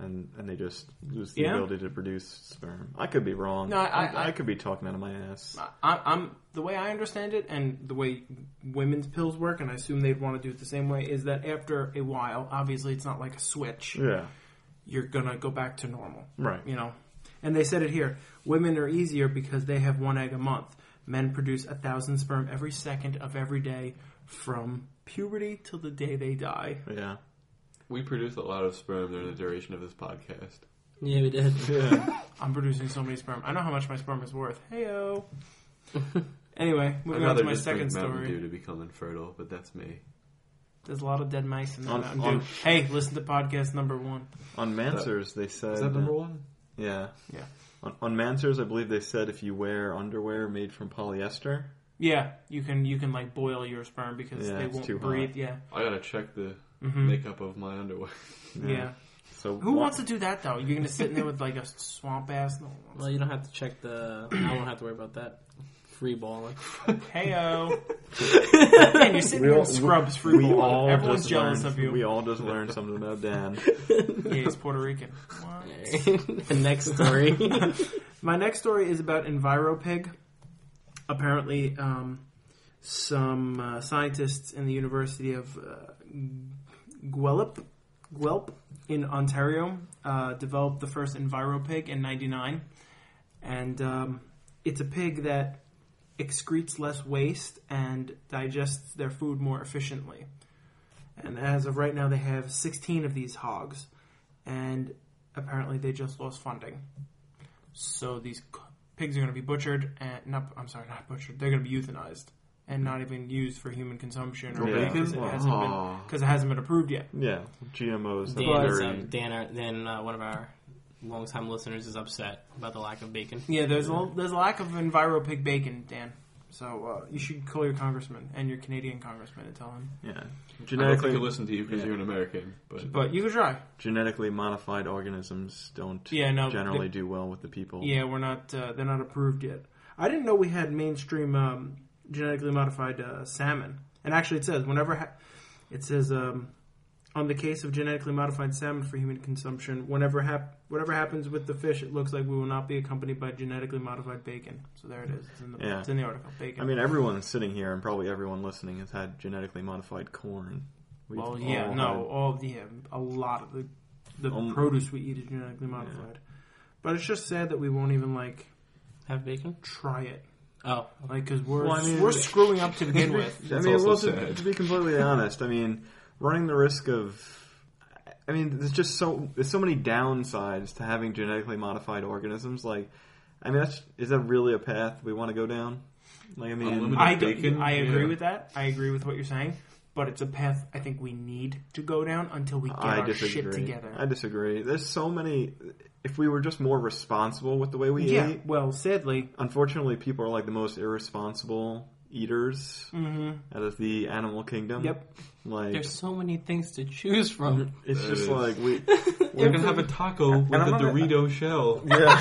[SPEAKER 5] and and they just lose the
[SPEAKER 3] Yeah.
[SPEAKER 5] ability to produce sperm. I could be wrong.
[SPEAKER 3] No, I- I-
[SPEAKER 5] I could be talking out of my ass.
[SPEAKER 3] I, I'm the way I understand it, and the way women's pills work, and I assume they'd want to do it the same way. Is that after a while, obviously, it's not like a switch.
[SPEAKER 5] Yeah,
[SPEAKER 3] You're gonna go back to normal,
[SPEAKER 5] right.
[SPEAKER 3] you know. And they said it here: women are easier because they have one egg a month. Men produce a thousand sperm every second of every day from puberty till the day they die.
[SPEAKER 5] Yeah,
[SPEAKER 4] We produced a lot of sperm during the duration of this podcast.
[SPEAKER 2] Yeah, we did.
[SPEAKER 5] yeah.
[SPEAKER 3] I'm producing so many sperm. I know how much my sperm is worth. Heyo. anyway,
[SPEAKER 4] I'd
[SPEAKER 3] moving on
[SPEAKER 4] rather
[SPEAKER 3] to my
[SPEAKER 4] just
[SPEAKER 3] second
[SPEAKER 4] drink Mountain
[SPEAKER 3] story.
[SPEAKER 4] Dew to become infertile, but that's me.
[SPEAKER 3] There's a lot of dead mice in the
[SPEAKER 5] On-
[SPEAKER 3] Mountain
[SPEAKER 5] on-
[SPEAKER 3] Dew. Hey, listen to podcast number one.
[SPEAKER 5] On Mansers, they said.
[SPEAKER 4] Is that number one?
[SPEAKER 5] Yeah,
[SPEAKER 3] Yeah.
[SPEAKER 5] On, on Mansers, I believe they said if you wear underwear made from polyester,
[SPEAKER 3] Yeah, you can you can like boil your sperm because
[SPEAKER 5] Yeah,
[SPEAKER 3] they
[SPEAKER 5] it's
[SPEAKER 3] won't
[SPEAKER 5] too
[SPEAKER 3] breathe.
[SPEAKER 5] hot.
[SPEAKER 3] Yeah.
[SPEAKER 4] I gotta check the
[SPEAKER 3] hmm
[SPEAKER 4] makeup of my underwear.
[SPEAKER 3] yeah,
[SPEAKER 5] So
[SPEAKER 3] Who
[SPEAKER 5] wa-
[SPEAKER 3] wants to do that though? You're gonna sit in there with like a swamp ass. No one wants.
[SPEAKER 2] Well, you don't have to check the. I won't have to worry about that. Free balling.
[SPEAKER 3] Heyo. oh. and you're sitting
[SPEAKER 5] We
[SPEAKER 3] there
[SPEAKER 5] all-
[SPEAKER 3] in scrubs
[SPEAKER 5] We,
[SPEAKER 3] free ball.
[SPEAKER 5] all
[SPEAKER 3] Everyone's
[SPEAKER 5] just
[SPEAKER 3] jealous
[SPEAKER 5] learned-
[SPEAKER 3] of you.
[SPEAKER 5] We all just learned something about Dan.
[SPEAKER 3] Yeah, he's Puerto Rican. What?
[SPEAKER 2] the next story.
[SPEAKER 3] My next story is about EnviroPig. Apparently, um, some uh, scientists in the University of uh, Guelph, Guelph in Ontario uh, developed the first EnviroPig in '99, and um, it's a pig that excretes less waste and digests their food more efficiently. And as of right now, they have 16 of these hogs, and apparently they just lost funding. So these c- pigs are going to be butchered and not. I'm sorry, not butchered. They're going to be euthanized and not even used for human consumption or
[SPEAKER 5] Yeah.
[SPEAKER 3] because it hasn't been
[SPEAKER 4] Aw.
[SPEAKER 3] because it hasn't been approved yet.
[SPEAKER 5] Yeah, GMOs.
[SPEAKER 2] Dan,
[SPEAKER 5] are
[SPEAKER 2] is,
[SPEAKER 5] very-
[SPEAKER 2] uh, Dan, uh, Dan uh, one of our longtime listeners, is upset about the lack of bacon.
[SPEAKER 3] Yeah, there's a there's a lack of enviro pig bacon, Dan. So uh, you should call your congressman and your Canadian congressman and tell him.
[SPEAKER 5] yeah,
[SPEAKER 4] I don't think
[SPEAKER 5] genetically
[SPEAKER 4] I listen to you because
[SPEAKER 5] Yeah.
[SPEAKER 4] you're an American, but
[SPEAKER 3] But you could try.
[SPEAKER 5] genetically modified organisms don't
[SPEAKER 3] Yeah, no.
[SPEAKER 5] generally do well with the people.
[SPEAKER 3] Yeah, we're not. Uh, they're not approved yet. I didn't know we had mainstream um, genetically modified uh, salmon. And actually, it says whenever ha- it says um, on the case of genetically modified salmon for human consumption, whenever hap- whatever happens with the fish, it looks like we will not be accompanied by genetically modified bacon. So there it is. It's in the,
[SPEAKER 5] Yeah.
[SPEAKER 3] it's in the article. Bacon.
[SPEAKER 5] I mean, everyone sitting here and probably everyone listening has had genetically modified corn. We've
[SPEAKER 3] Well, yeah,
[SPEAKER 5] all
[SPEAKER 3] no, all the yeah, a lot of the the
[SPEAKER 5] Um,
[SPEAKER 3] produce we eat is genetically modified. But it's just sad that we won't even like
[SPEAKER 2] Have bacon?
[SPEAKER 3] try it,
[SPEAKER 2] Oh,
[SPEAKER 3] like because we're
[SPEAKER 5] Well, I mean-
[SPEAKER 3] we're screwing up to begin with.
[SPEAKER 5] I
[SPEAKER 4] That's
[SPEAKER 5] mean,
[SPEAKER 4] also
[SPEAKER 5] well, to,
[SPEAKER 4] sad.
[SPEAKER 5] to be completely honest, I mean, running the risk of, I mean, there's just so there's so many downsides to having genetically modified organisms. Like, I mean, that's, is that really a path we want to go down? Like, I mean,
[SPEAKER 4] Unlimited-
[SPEAKER 3] I don't-
[SPEAKER 4] Bacon,
[SPEAKER 3] I agree
[SPEAKER 4] yeah.
[SPEAKER 3] with that. I agree with what you're saying, but it's a path I think we need to go down until we get
[SPEAKER 5] I
[SPEAKER 3] our
[SPEAKER 5] disagree.
[SPEAKER 3] shit together.
[SPEAKER 5] I disagree. There's so many. If we were just more responsible with the way we
[SPEAKER 3] yeah.
[SPEAKER 5] eat,
[SPEAKER 3] Well, sadly,
[SPEAKER 5] unfortunately, people are like the most irresponsible eaters
[SPEAKER 3] hmm
[SPEAKER 5] out of the animal kingdom.
[SPEAKER 3] Yep.
[SPEAKER 5] Like
[SPEAKER 2] there's so many things to choose from.
[SPEAKER 5] it's
[SPEAKER 4] That
[SPEAKER 5] just
[SPEAKER 4] is-
[SPEAKER 5] like we.
[SPEAKER 4] we're gonna have a taco with a
[SPEAKER 5] I'm not gonna-
[SPEAKER 4] Dorito shell.
[SPEAKER 5] yeah.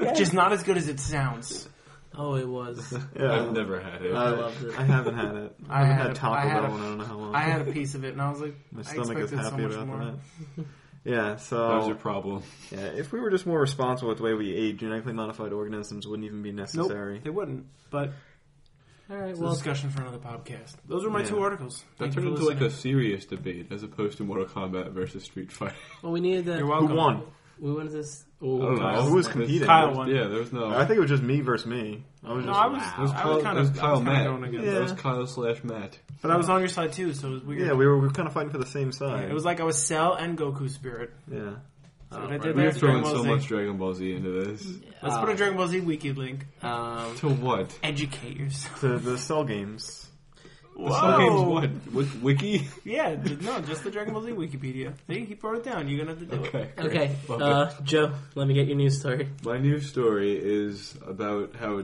[SPEAKER 3] which is not as good as it sounds.
[SPEAKER 2] Oh, it was.
[SPEAKER 5] yeah. Uh,
[SPEAKER 4] I've never had it.
[SPEAKER 5] I,
[SPEAKER 2] loved it.
[SPEAKER 5] I haven't had it.
[SPEAKER 3] I
[SPEAKER 5] I haven't
[SPEAKER 3] had
[SPEAKER 5] had,
[SPEAKER 3] a- I
[SPEAKER 5] Taco
[SPEAKER 3] had
[SPEAKER 5] Bell in
[SPEAKER 3] a-
[SPEAKER 5] I don't know how long.
[SPEAKER 3] I had a piece of it, and I was like,
[SPEAKER 5] My
[SPEAKER 3] I
[SPEAKER 5] stomach is
[SPEAKER 3] expected so
[SPEAKER 5] happy
[SPEAKER 3] much
[SPEAKER 5] about
[SPEAKER 3] more.
[SPEAKER 5] that. Yeah,
[SPEAKER 4] There's
[SPEAKER 5] so
[SPEAKER 4] your problem.
[SPEAKER 5] yeah, if we were just more responsible with the way we ate, genetically modified organisms wouldn't even be
[SPEAKER 3] nope,
[SPEAKER 5] necessary.
[SPEAKER 3] they wouldn't. But
[SPEAKER 2] All right,
[SPEAKER 3] It's a
[SPEAKER 2] well,
[SPEAKER 3] discussion for another podcast. Those were my
[SPEAKER 5] Yeah.
[SPEAKER 3] two articles.
[SPEAKER 4] That
[SPEAKER 3] Thank you
[SPEAKER 4] turned
[SPEAKER 3] for
[SPEAKER 4] into like a
[SPEAKER 3] listening.
[SPEAKER 4] serious debate as opposed to Mortal Kombat versus Street Fighter.
[SPEAKER 2] well, we needed that.
[SPEAKER 3] You're
[SPEAKER 5] Who
[SPEAKER 3] welcome.
[SPEAKER 5] won?
[SPEAKER 2] We wanted this.
[SPEAKER 4] I don't know.
[SPEAKER 5] Who was competing?
[SPEAKER 3] Kyle won.
[SPEAKER 4] Yeah, there was no.
[SPEAKER 5] I think it was just me versus me. I was
[SPEAKER 3] No,
[SPEAKER 5] just
[SPEAKER 3] I
[SPEAKER 2] Wow.
[SPEAKER 3] was, I
[SPEAKER 4] it
[SPEAKER 3] was
[SPEAKER 4] was Kyle,
[SPEAKER 3] kind
[SPEAKER 4] it was
[SPEAKER 3] of, I
[SPEAKER 4] Kyle
[SPEAKER 3] was kind of
[SPEAKER 4] Matt.
[SPEAKER 3] going against.
[SPEAKER 5] Yeah.
[SPEAKER 4] That was Kyle slash Matt.
[SPEAKER 3] But I was on your side too, so it was weird.
[SPEAKER 5] yeah, we were, we were kind of fighting for the same side.
[SPEAKER 3] It was like I was Cell and Goku Spirit.
[SPEAKER 5] yeah.
[SPEAKER 3] So
[SPEAKER 2] Oh,
[SPEAKER 3] what I
[SPEAKER 2] right.
[SPEAKER 3] did
[SPEAKER 4] We
[SPEAKER 3] there, Dragon
[SPEAKER 4] were throwing
[SPEAKER 3] Ball
[SPEAKER 4] so
[SPEAKER 3] Z.
[SPEAKER 4] much Dragon Ball Z into this.
[SPEAKER 3] Let's put a Dragon Ball Z wiki link.
[SPEAKER 2] Um,
[SPEAKER 4] To what?
[SPEAKER 3] Educate yourself.
[SPEAKER 5] To the cell games.
[SPEAKER 4] Some games what? With Wiki?
[SPEAKER 3] Yeah, j- no, just the Dragon Ball Z Wikipedia. See, he brought it down. You're gonna have to do it.
[SPEAKER 4] Okay. great.
[SPEAKER 2] okay,
[SPEAKER 4] Love it.
[SPEAKER 2] uh, Joe, let me get your news story.
[SPEAKER 4] My news story is about how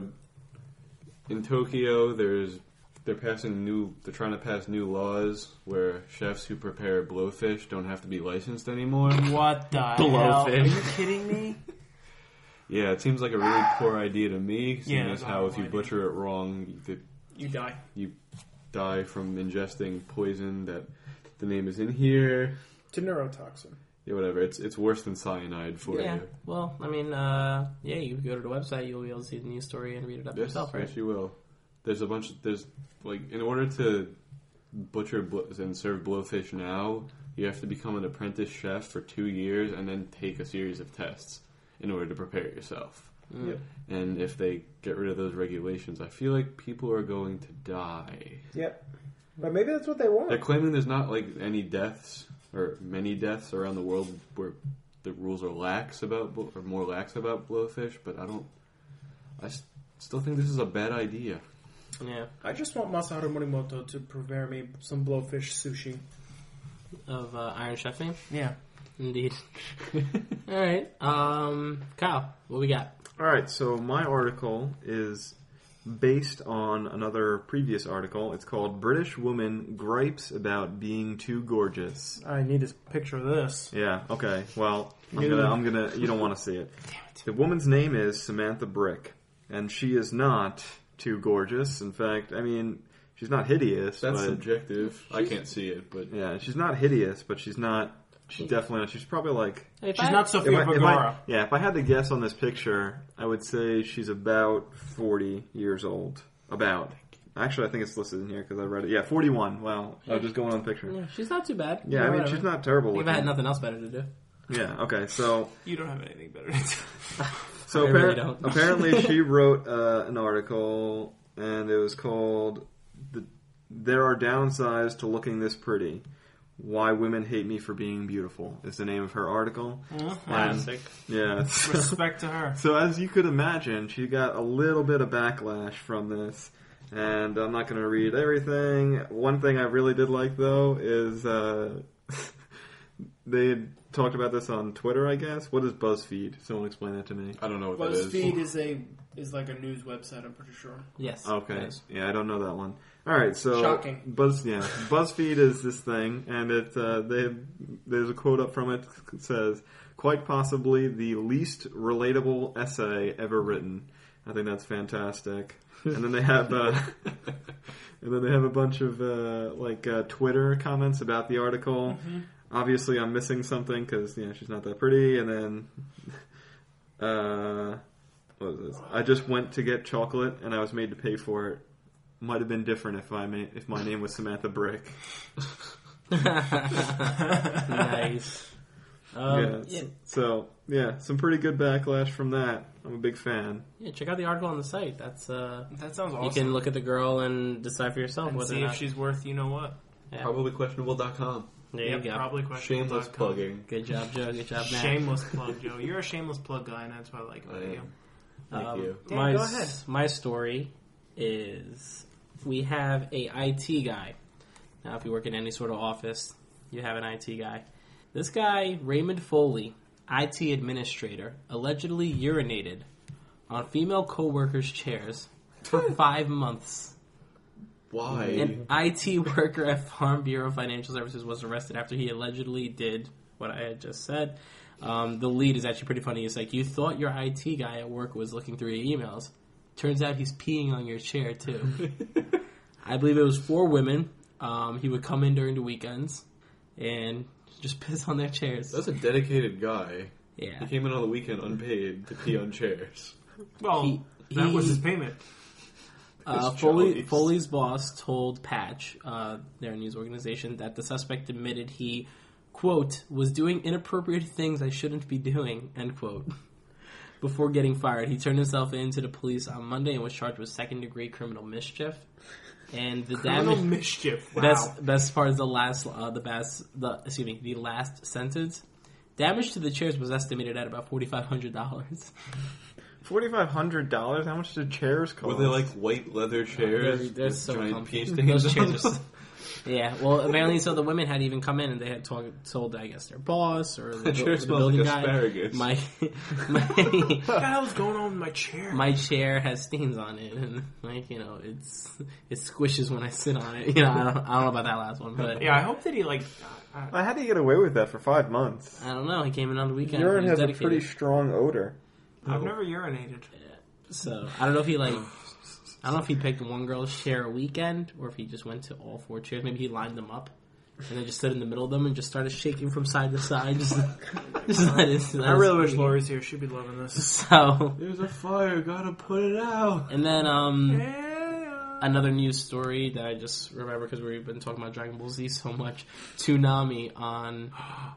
[SPEAKER 4] in Tokyo there's they're passing new they're trying to pass new laws where chefs who prepare blowfish don't have to be licensed anymore.
[SPEAKER 3] What the hell? Are
[SPEAKER 2] Blowfish.
[SPEAKER 3] you kidding me?
[SPEAKER 4] Yeah, it seems like a really poor idea to me, seeing
[SPEAKER 3] Yeah,
[SPEAKER 4] as
[SPEAKER 3] it's
[SPEAKER 4] how if you
[SPEAKER 3] horrible idea.
[SPEAKER 4] butcher it wrong, you could
[SPEAKER 3] You die.
[SPEAKER 4] die from ingesting poison that the name is in here.
[SPEAKER 3] to neurotoxin.
[SPEAKER 4] Yeah, whatever. It's it's worse than cyanide for
[SPEAKER 2] Yeah.
[SPEAKER 4] you.
[SPEAKER 2] Well, I mean, uh, yeah, you go to the website, you'll be able to see the news story and read it up
[SPEAKER 4] Yes,
[SPEAKER 2] yourself, right?
[SPEAKER 4] yes, you will. There's a bunch. Of, there's like in order to butcher bl- and serve blowfish now, you have to become an apprentice chef for two years and then take a series of tests in order to prepare yourself.
[SPEAKER 2] Mm.
[SPEAKER 4] And if they get rid of those regulations, I feel like people are going to die.
[SPEAKER 3] Yep. But maybe that's what they want.
[SPEAKER 4] They're claiming there's not like any deaths or many deaths around the world where the rules are lax about bl- or more lax about blowfish, but I don't. I s- still think this is a bad idea.
[SPEAKER 2] Yeah.
[SPEAKER 3] I just want Masaharu Morimoto to prepare me some blowfish sushi.
[SPEAKER 2] Of uh, Iron Chef fame,
[SPEAKER 3] Yeah.
[SPEAKER 2] indeed. All right, um, Kyle, what we got?
[SPEAKER 5] All right, so my article is based on another previous article. It's called British Woman Gripes About Being Too Gorgeous.
[SPEAKER 3] I need a picture of this.
[SPEAKER 5] Yeah, okay. Well, I'm going to I'm going to you don't want to see it. The woman's name is Samantha Brick, and she is not too gorgeous. In fact, I mean, she's not hideous,
[SPEAKER 4] That's
[SPEAKER 5] but
[SPEAKER 4] subjective. I can't see it, but
[SPEAKER 5] yeah, she's not hideous, but she's not she's definitely not. She's probably like
[SPEAKER 2] If
[SPEAKER 3] She's
[SPEAKER 2] I-
[SPEAKER 3] not
[SPEAKER 5] if
[SPEAKER 3] Sofia
[SPEAKER 5] I, if I-
[SPEAKER 3] Vergara.
[SPEAKER 5] yeah, if I had to guess on this picture, I would say she's about 40 years old. About. Actually, I think it's listed in here because I read it. Yeah, 41. Wow. I was just going on the picture.
[SPEAKER 2] Yeah, she's not too bad.
[SPEAKER 5] Yeah, I mean, she's not terrible.
[SPEAKER 2] If I had
[SPEAKER 5] Looking.
[SPEAKER 2] nothing else better to do,
[SPEAKER 5] Yeah, okay. So,
[SPEAKER 3] You don't have anything better to do.
[SPEAKER 5] so
[SPEAKER 2] I really
[SPEAKER 5] appar-
[SPEAKER 2] don't.
[SPEAKER 5] apparently she wrote uh, an article and it was called the, There Are Downsides to Looking This Pretty. Why Women Hate Me for Being Beautiful is the name of her article.
[SPEAKER 2] classic.
[SPEAKER 5] Yeah.
[SPEAKER 3] Respect to her.
[SPEAKER 5] So as you could imagine, she got a little bit of backlash from this, and I'm not going to read everything. One thing I really did like though is uh, they had talked about this on Twitter, I guess. What is BuzzFeed? Someone explain that to me.
[SPEAKER 4] I don't know what that is.
[SPEAKER 3] BuzzFeed is a is like a news website. I'm pretty sure.
[SPEAKER 2] Yes.
[SPEAKER 5] Oh, Okay,
[SPEAKER 2] Yes.
[SPEAKER 5] yeah, I don't know that one. All right, so
[SPEAKER 3] Shocking.
[SPEAKER 5] Buzz, yeah, BuzzFeed is this thing, and it uh, they there's a quote up from it that says, "Quite possibly the least relatable essay ever written." I think that's fantastic. And then they have, uh, and then they have a bunch of uh, like uh, Twitter comments about the article. Obviously, I'm missing something because you know she's not that pretty. And then, uh, what was this? I just went to get chocolate, and I was made to pay for it. Might have been different if I ma- if my name was Samantha Brick.
[SPEAKER 2] nice. Um,
[SPEAKER 5] yeah,
[SPEAKER 2] yeah.
[SPEAKER 5] s- So yeah, some pretty good backlash from that. I'm a big fan.
[SPEAKER 2] yeah, check out the article on the site. That's uh,
[SPEAKER 3] That sounds
[SPEAKER 2] you
[SPEAKER 3] awesome.
[SPEAKER 2] can look at the girl and decide for yourself
[SPEAKER 3] and
[SPEAKER 2] whether
[SPEAKER 3] see
[SPEAKER 2] or
[SPEAKER 3] if
[SPEAKER 2] not.
[SPEAKER 3] she's worth you know what.
[SPEAKER 2] yeah.
[SPEAKER 4] Probablyquestionable.com.
[SPEAKER 2] There you go.
[SPEAKER 3] Probably question.
[SPEAKER 4] Shameless plugging.
[SPEAKER 2] Good job, Joe. Good job, Matt.
[SPEAKER 3] Shameless plug, Joe. You're a shameless plug guy, and that's what I like
[SPEAKER 2] Oh,
[SPEAKER 3] about
[SPEAKER 4] I
[SPEAKER 3] you.
[SPEAKER 4] am. Thank
[SPEAKER 2] Um,
[SPEAKER 4] you.
[SPEAKER 3] Yeah,
[SPEAKER 2] my,
[SPEAKER 3] go ahead.
[SPEAKER 2] my story is we have a IT guy. Now, if you work in any sort of office, you have an IT guy. This guy, Raymond Foley, IT administrator, allegedly urinated on female coworkers' chairs for five months.
[SPEAKER 4] Why?
[SPEAKER 2] An IT worker at Farm Bureau of Financial Services was arrested after he allegedly did what I had just said. Um, the lead is actually pretty funny. It's like, you thought your IT guy at work was looking through your emails. Turns out he's peeing on your chair, too. I believe it was four women. Um, he would come in during the weekends and just piss on their chairs.
[SPEAKER 4] That's a dedicated guy. He
[SPEAKER 2] Yeah.
[SPEAKER 4] came in on the weekend unpaid to pee on chairs.
[SPEAKER 3] Well,
[SPEAKER 2] He-
[SPEAKER 3] that was
[SPEAKER 2] he-
[SPEAKER 3] his payment.
[SPEAKER 2] Uh,
[SPEAKER 4] His
[SPEAKER 2] Foley,
[SPEAKER 4] choice.
[SPEAKER 2] Foley's boss told Patch, uh, their news organization, that the suspect admitted he, quote, was doing inappropriate things I shouldn't be doing, end quote. Before getting fired, he turned himself in to the police on Monday and was charged with second degree criminal mischief. And the
[SPEAKER 3] Criminal
[SPEAKER 2] damage.
[SPEAKER 3] mischief. Wow.
[SPEAKER 2] Best best part is the last uh, the best the excuse me the last sentence. Damage to the chairs was estimated at about forty five hundred dollars.
[SPEAKER 5] Forty five hundred dollars. How much did chairs cost?
[SPEAKER 4] Were they like white leather chairs?
[SPEAKER 2] They're, they're
[SPEAKER 4] with
[SPEAKER 2] so
[SPEAKER 4] giant
[SPEAKER 2] comfy.
[SPEAKER 4] pee stains
[SPEAKER 2] Those
[SPEAKER 4] on
[SPEAKER 2] chairs are
[SPEAKER 4] them?
[SPEAKER 2] so- yeah, well, apparently, so the women had even come in and they had told, told I guess, their boss or the,
[SPEAKER 4] That
[SPEAKER 2] bu-
[SPEAKER 4] chair
[SPEAKER 2] the
[SPEAKER 4] smells
[SPEAKER 2] building
[SPEAKER 4] like
[SPEAKER 2] guy.
[SPEAKER 4] asparagus.
[SPEAKER 2] My, my
[SPEAKER 3] What the hell's going on with my chair?
[SPEAKER 2] my chair has stains on it, and like you know, it's it squishes when I sit on it. You know, I don't, I don't know about that last one, but
[SPEAKER 3] yeah, I hope that he like. I, I-
[SPEAKER 5] How do you get away with that for five months?
[SPEAKER 2] I don't know. He came in on the weekend.
[SPEAKER 5] Urine
[SPEAKER 2] he
[SPEAKER 5] has
[SPEAKER 2] was
[SPEAKER 5] a pretty
[SPEAKER 2] dedicated,
[SPEAKER 5] strong odor.
[SPEAKER 3] I've never urinated.
[SPEAKER 2] so I don't know if he like. I don't know if he picked one girl's chair a weekend or if he just went to all four chairs. Maybe he lined them up and I just stood in the middle of them and just started shaking from side to side. Just, just let it.
[SPEAKER 3] I really wish Lori's here. She'd be loving this.
[SPEAKER 2] So,
[SPEAKER 4] There's a fire, gotta put it out.
[SPEAKER 2] and then um,
[SPEAKER 3] Yeah.
[SPEAKER 2] another news story that I just remember because we've been talking about Dragon Ball Z so much. Toonami on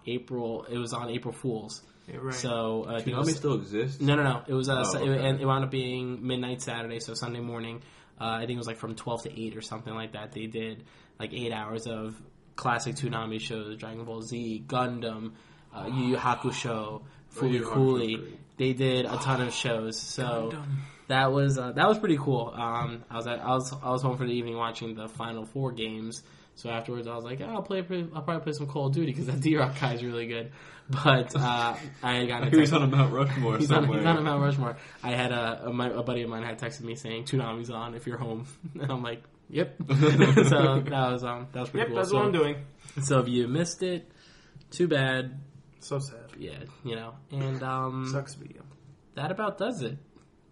[SPEAKER 2] April. It was on April Fools.
[SPEAKER 3] Yeah, right.
[SPEAKER 2] So uh, I think it
[SPEAKER 4] Tsunami
[SPEAKER 2] was-
[SPEAKER 4] still exists.
[SPEAKER 2] no, no, no. It was uh,
[SPEAKER 4] Oh,
[SPEAKER 2] so- it,
[SPEAKER 4] okay.
[SPEAKER 2] and it wound up being midnight Saturday, so Sunday morning. Uh, I think it was like from twelve to eight or something like that. They did like eight hours of classic Toonami shows: Dragon Ball Z, Gundam, uh, Yu Yu Hakusho, Fuli
[SPEAKER 4] Yu Hakusho
[SPEAKER 2] Fuli.
[SPEAKER 4] great.
[SPEAKER 2] They did a ton of shows. So that was uh, that was pretty cool. Um, I was at, I was I was home for the evening watching the final four games. So afterwards, I was like, oh, I'll play. I'll probably play some Call of Duty because that D Rock guy's really good. But uh, I got. a
[SPEAKER 4] He was
[SPEAKER 2] text-
[SPEAKER 4] on a Mount Rushmore
[SPEAKER 2] He's on,
[SPEAKER 4] somewhere.
[SPEAKER 2] he's on a Mount Rushmore. I had a, a, my, a buddy of mine had texted me saying Toonami's on if you're home, and I'm like, yep. so that was um that was pretty
[SPEAKER 3] Yep,
[SPEAKER 2] cool.
[SPEAKER 3] that's
[SPEAKER 2] so,
[SPEAKER 3] what I'm doing.
[SPEAKER 2] So if you missed it, too bad.
[SPEAKER 3] So sad.
[SPEAKER 2] Yeah, you know. And um,
[SPEAKER 3] Sucks to be you.
[SPEAKER 2] that about does it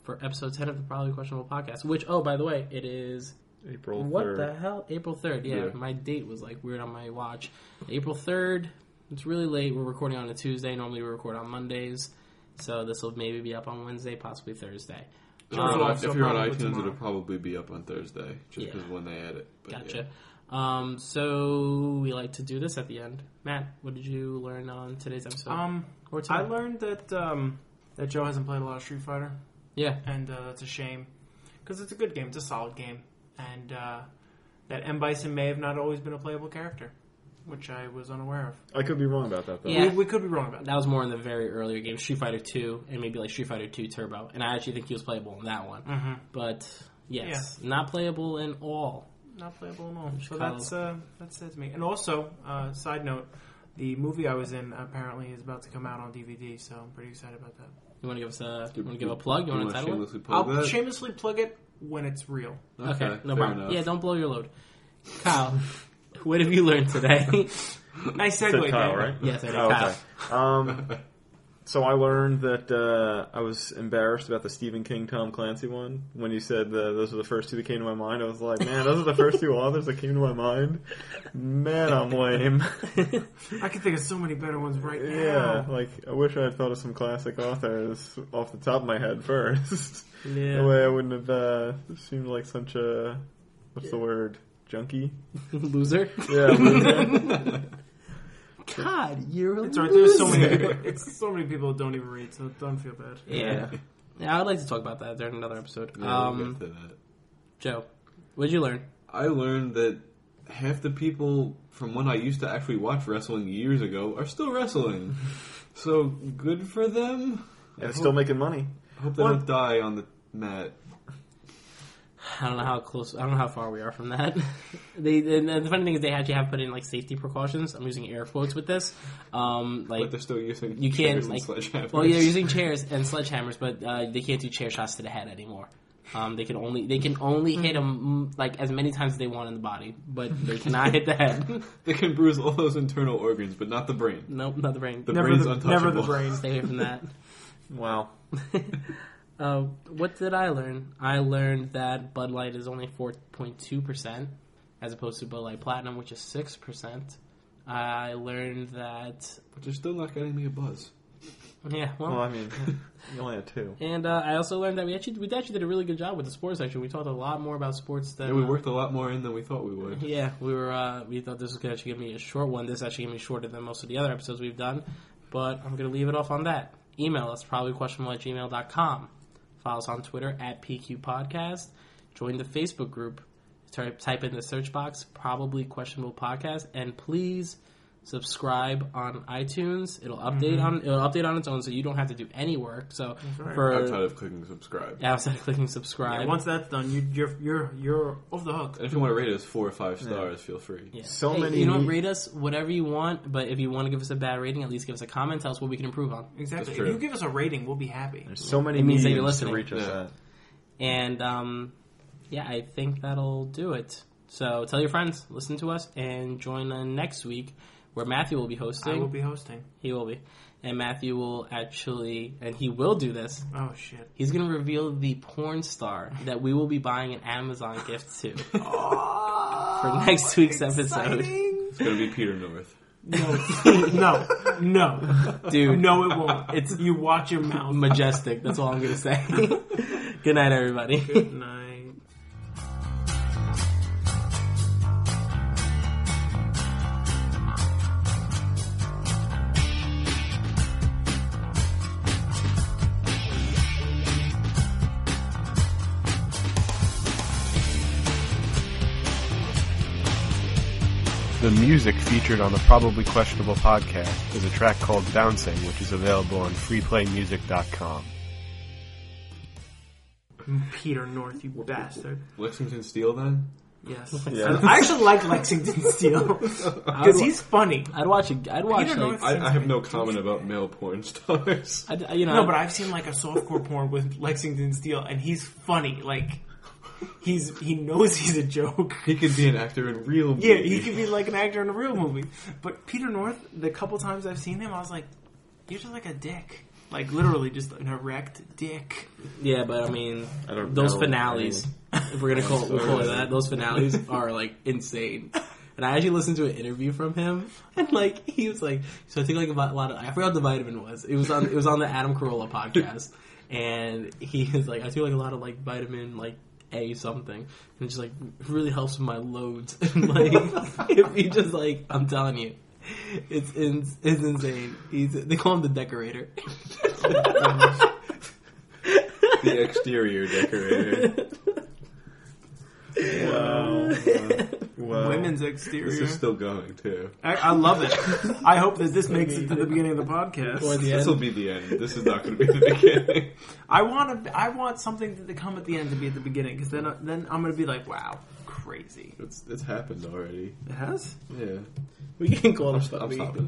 [SPEAKER 2] for episode ten of the Probably Questionable podcast. Which oh by the way, it is
[SPEAKER 5] April
[SPEAKER 2] what
[SPEAKER 5] 3rd.
[SPEAKER 2] the hell? April 3rd. Yeah,
[SPEAKER 5] Yeah.
[SPEAKER 2] my date was like weird on my watch. April 3rd. It's really late. We're recording on a Tuesday. Normally we record on Mondays. So this will maybe be up on Wednesday, possibly Thursday.
[SPEAKER 4] If you're on-
[SPEAKER 3] Um,
[SPEAKER 4] if you're on
[SPEAKER 3] Tomorrow.
[SPEAKER 4] iTunes, it'll probably be up on Thursday, just
[SPEAKER 2] Yeah.
[SPEAKER 4] because when they edit. But yeah.
[SPEAKER 2] Gotcha. Um, so we like to do this at the end. Matt, what did you learn on today's episode?
[SPEAKER 3] Um,
[SPEAKER 2] or
[SPEAKER 3] I
[SPEAKER 2] today?
[SPEAKER 3] learned that um, that Joe hasn't played a lot of Street Fighter,
[SPEAKER 2] yeah.
[SPEAKER 3] and uh, that's a shame because it's a good game. It's a solid game, and uh, that M Bison may have not always been a playable character, which I was unaware of.
[SPEAKER 5] I could be wrong about that though.
[SPEAKER 2] Yeah.
[SPEAKER 3] We, we could be wrong about that.
[SPEAKER 2] That was more in the very earlier game, Street Fighter 2, and maybe like Street Fighter 2 Turbo. And I actually think he was playable in that one.
[SPEAKER 3] Mm-hmm.
[SPEAKER 2] But yes, not playable in all.
[SPEAKER 3] Not playable at all. So
[SPEAKER 2] Kyle.
[SPEAKER 3] that's uh, that's it to me. And also, uh, side note, the movie I was in apparently is about to come out on DVD, so I'm pretty excited about that.
[SPEAKER 2] You want to give us a? You want to give a plug? You want to
[SPEAKER 4] wanna
[SPEAKER 2] title it?
[SPEAKER 4] shamelessly plug
[SPEAKER 3] I'll
[SPEAKER 4] that?
[SPEAKER 3] shamelessly plug it when it's real.
[SPEAKER 2] Okay, no
[SPEAKER 4] fair
[SPEAKER 2] problem.
[SPEAKER 4] enough.
[SPEAKER 2] Yeah, don't blow your load. Kyle, what have you learned today?
[SPEAKER 3] Nice
[SPEAKER 5] Said
[SPEAKER 3] segue,
[SPEAKER 5] Kyle,
[SPEAKER 3] Dan.
[SPEAKER 5] right?
[SPEAKER 2] yes, I did.
[SPEAKER 5] Oh,
[SPEAKER 2] Kyle.
[SPEAKER 5] okay. Um, so I learned that uh, I was embarrassed about the Stephen King Tom Clancy one. When you said the, those were the first two that came to my mind, I was like, man, those are the first two authors that came to my mind. Man, I'm lame.
[SPEAKER 3] I can think of so many better ones right now.
[SPEAKER 5] yeah, like I wish I had thought of some classic authors off the top of my head first. That
[SPEAKER 2] Yeah,
[SPEAKER 5] way I wouldn't have uh, seemed like such a what's the word junkie.
[SPEAKER 2] loser.
[SPEAKER 5] Yeah, loser.
[SPEAKER 2] God, you're a
[SPEAKER 3] It's alright, there's so
[SPEAKER 2] loser.
[SPEAKER 3] many people, it's so many people don't even read, so don't feel bad.
[SPEAKER 2] Yeah. yeah, I would like to talk about that during another episode.
[SPEAKER 4] Yeah, we'll
[SPEAKER 2] um,
[SPEAKER 4] get to that.
[SPEAKER 2] Joe, what did you learn?
[SPEAKER 4] I learned that half the people from when I used to actually watch wrestling years ago are still wrestling. so good for them.
[SPEAKER 5] and
[SPEAKER 4] I hope,
[SPEAKER 5] still making money.
[SPEAKER 4] hope they don't die on the mat.
[SPEAKER 2] I don't know how close. I don't know how far we are from that. they and the funny thing is they actually have put in like safety precautions. I'm using air quotes with this. Um,
[SPEAKER 4] But
[SPEAKER 2] like
[SPEAKER 4] they're still using
[SPEAKER 2] You can't,
[SPEAKER 4] chairs and
[SPEAKER 2] like-
[SPEAKER 4] sledgehammers.
[SPEAKER 2] Well, yeah, they're using chairs and sledgehammers, but uh, they can't do chair shots to the head anymore. Um, they can only they can only hit them mm, like as many times as they want in the body, but they cannot hit the head.
[SPEAKER 4] They can bruise all those internal organs, but not the brain.
[SPEAKER 2] nope, not the brain.
[SPEAKER 4] The
[SPEAKER 3] Never
[SPEAKER 4] brain's
[SPEAKER 3] the-
[SPEAKER 4] untouchable.
[SPEAKER 3] never the brain.
[SPEAKER 2] Stay away from that.
[SPEAKER 5] Wow.
[SPEAKER 2] uh, what did I learn? I learned that Bud Light is only four point two percent, as opposed to Bud Light Platinum, which is six percent. I learned that
[SPEAKER 4] But you're still not getting me a buzz.
[SPEAKER 2] yeah, well,
[SPEAKER 5] Well, I mean, you only had two.
[SPEAKER 2] and uh, I also learned that we actually we actually did a really good job with the sports section. We talked a lot more about sports than
[SPEAKER 4] Yeah, we
[SPEAKER 2] uh,
[SPEAKER 4] worked a lot more in than we thought we would.
[SPEAKER 2] Yeah, we were. Uh, we thought this was gonna actually give me a short one. This actually gonna be shorter than most of the other episodes we've done, but I'm gonna leave it off on that. Email us probably questionable at gmail.com. Follow us on Twitter at PQ Podcast. Join the Facebook group. Type type in the search box probably questionable podcast, and please subscribe on iTunes. It'll update on it'll update on its own, so you don't have to do any work. So
[SPEAKER 3] right.
[SPEAKER 4] Outside
[SPEAKER 2] for
[SPEAKER 4] of clicking subscribe.
[SPEAKER 2] outside of clicking subscribe,
[SPEAKER 3] And once that's done, you, you're you're you're off the hook.
[SPEAKER 4] And if you want to rate us four or five stars, feel free.
[SPEAKER 2] Yeah.
[SPEAKER 5] So
[SPEAKER 2] Hey,
[SPEAKER 5] many
[SPEAKER 2] You know,
[SPEAKER 5] neat-
[SPEAKER 2] rate us whatever you want, but if you want to give us a bad rating, at least give us a comment. Tell us what we can improve on.
[SPEAKER 3] Exactly.
[SPEAKER 4] That's
[SPEAKER 3] If
[SPEAKER 4] true.
[SPEAKER 3] you give us a rating, we'll be happy.
[SPEAKER 5] There's so many
[SPEAKER 2] It
[SPEAKER 5] means
[SPEAKER 2] means that you're
[SPEAKER 5] mediums to
[SPEAKER 2] listening.
[SPEAKER 5] reach us at.
[SPEAKER 4] Yeah.
[SPEAKER 2] And um, yeah, I think that'll do it. So tell your friends, listen to us, and join us next week where Matthew will be hosting.
[SPEAKER 3] I will be hosting.
[SPEAKER 2] he will be, and Matthew will actually, and he will do this.
[SPEAKER 3] Oh shit.
[SPEAKER 2] He's going to reveal the porn star that we will
[SPEAKER 3] Oh,
[SPEAKER 2] be buying an Amazon gift to for next week's episode.
[SPEAKER 4] It's gonna be Peter North.
[SPEAKER 3] No, no, no,
[SPEAKER 2] Dude,
[SPEAKER 3] no, it won't. It's you watch your mouth.
[SPEAKER 2] majestic. That's all I'm going to say. Good night, everybody.
[SPEAKER 3] Good night.
[SPEAKER 6] The music featured on the Probably Questionable podcast is a track called Bouncing, which is available on freeplaymusic.com.
[SPEAKER 3] Peter North, you bastard.
[SPEAKER 4] Lexington Steel, then?
[SPEAKER 3] Yes.
[SPEAKER 5] Yeah.
[SPEAKER 3] I actually like Lexington Steel because he's funny.
[SPEAKER 2] I'd watch it. I'd watch
[SPEAKER 3] Peter
[SPEAKER 2] like,
[SPEAKER 3] North-
[SPEAKER 4] I, I have no comment about male porn stars.
[SPEAKER 2] I'd, I- you know,
[SPEAKER 3] No, but I've seen like a softcore porn with Lexington Steel, and he's funny. Like he's he knows he's a joke.
[SPEAKER 4] He could be an actor in real
[SPEAKER 3] Yeah, he could be like an actor in a real movie. But Peter North, the couple times I've seen him, I was like, you're just like a dick. Like literally just an erect dick.
[SPEAKER 2] yeah, but I mean,
[SPEAKER 5] I don't
[SPEAKER 2] those
[SPEAKER 5] know
[SPEAKER 2] finales, if we're gonna call, we'll call it that, those finales are like insane. And I actually listened to an interview from him, and like he was like, so I think like a vi- lot of I forgot what the vitamin was. It was on it was on the Adam Carolla podcast, and he is like, I feel like a lot of like vitamin like a something, and it's just like really helps with my loads. And like if you just like, I'm telling you. It's in, it's insane. He's they call him the decorator.
[SPEAKER 4] the exterior decorator.
[SPEAKER 5] Wow. wow.
[SPEAKER 3] Women's
[SPEAKER 4] Oh. this
[SPEAKER 3] exterior.
[SPEAKER 4] is still going too.
[SPEAKER 3] I, I love it. I hope that this makes it to the beginning of the podcast.
[SPEAKER 2] Or the
[SPEAKER 4] This will
[SPEAKER 2] end.
[SPEAKER 4] be the end. This is not going to be the beginning.
[SPEAKER 3] I want to. I want something to come at the end to be at the beginning because then then I'm gonna be like, wow, crazy.
[SPEAKER 4] It's it's happened already.
[SPEAKER 3] It has.
[SPEAKER 4] Yeah,
[SPEAKER 2] We can call him
[SPEAKER 4] I'm
[SPEAKER 2] Stubby.
[SPEAKER 4] stopping.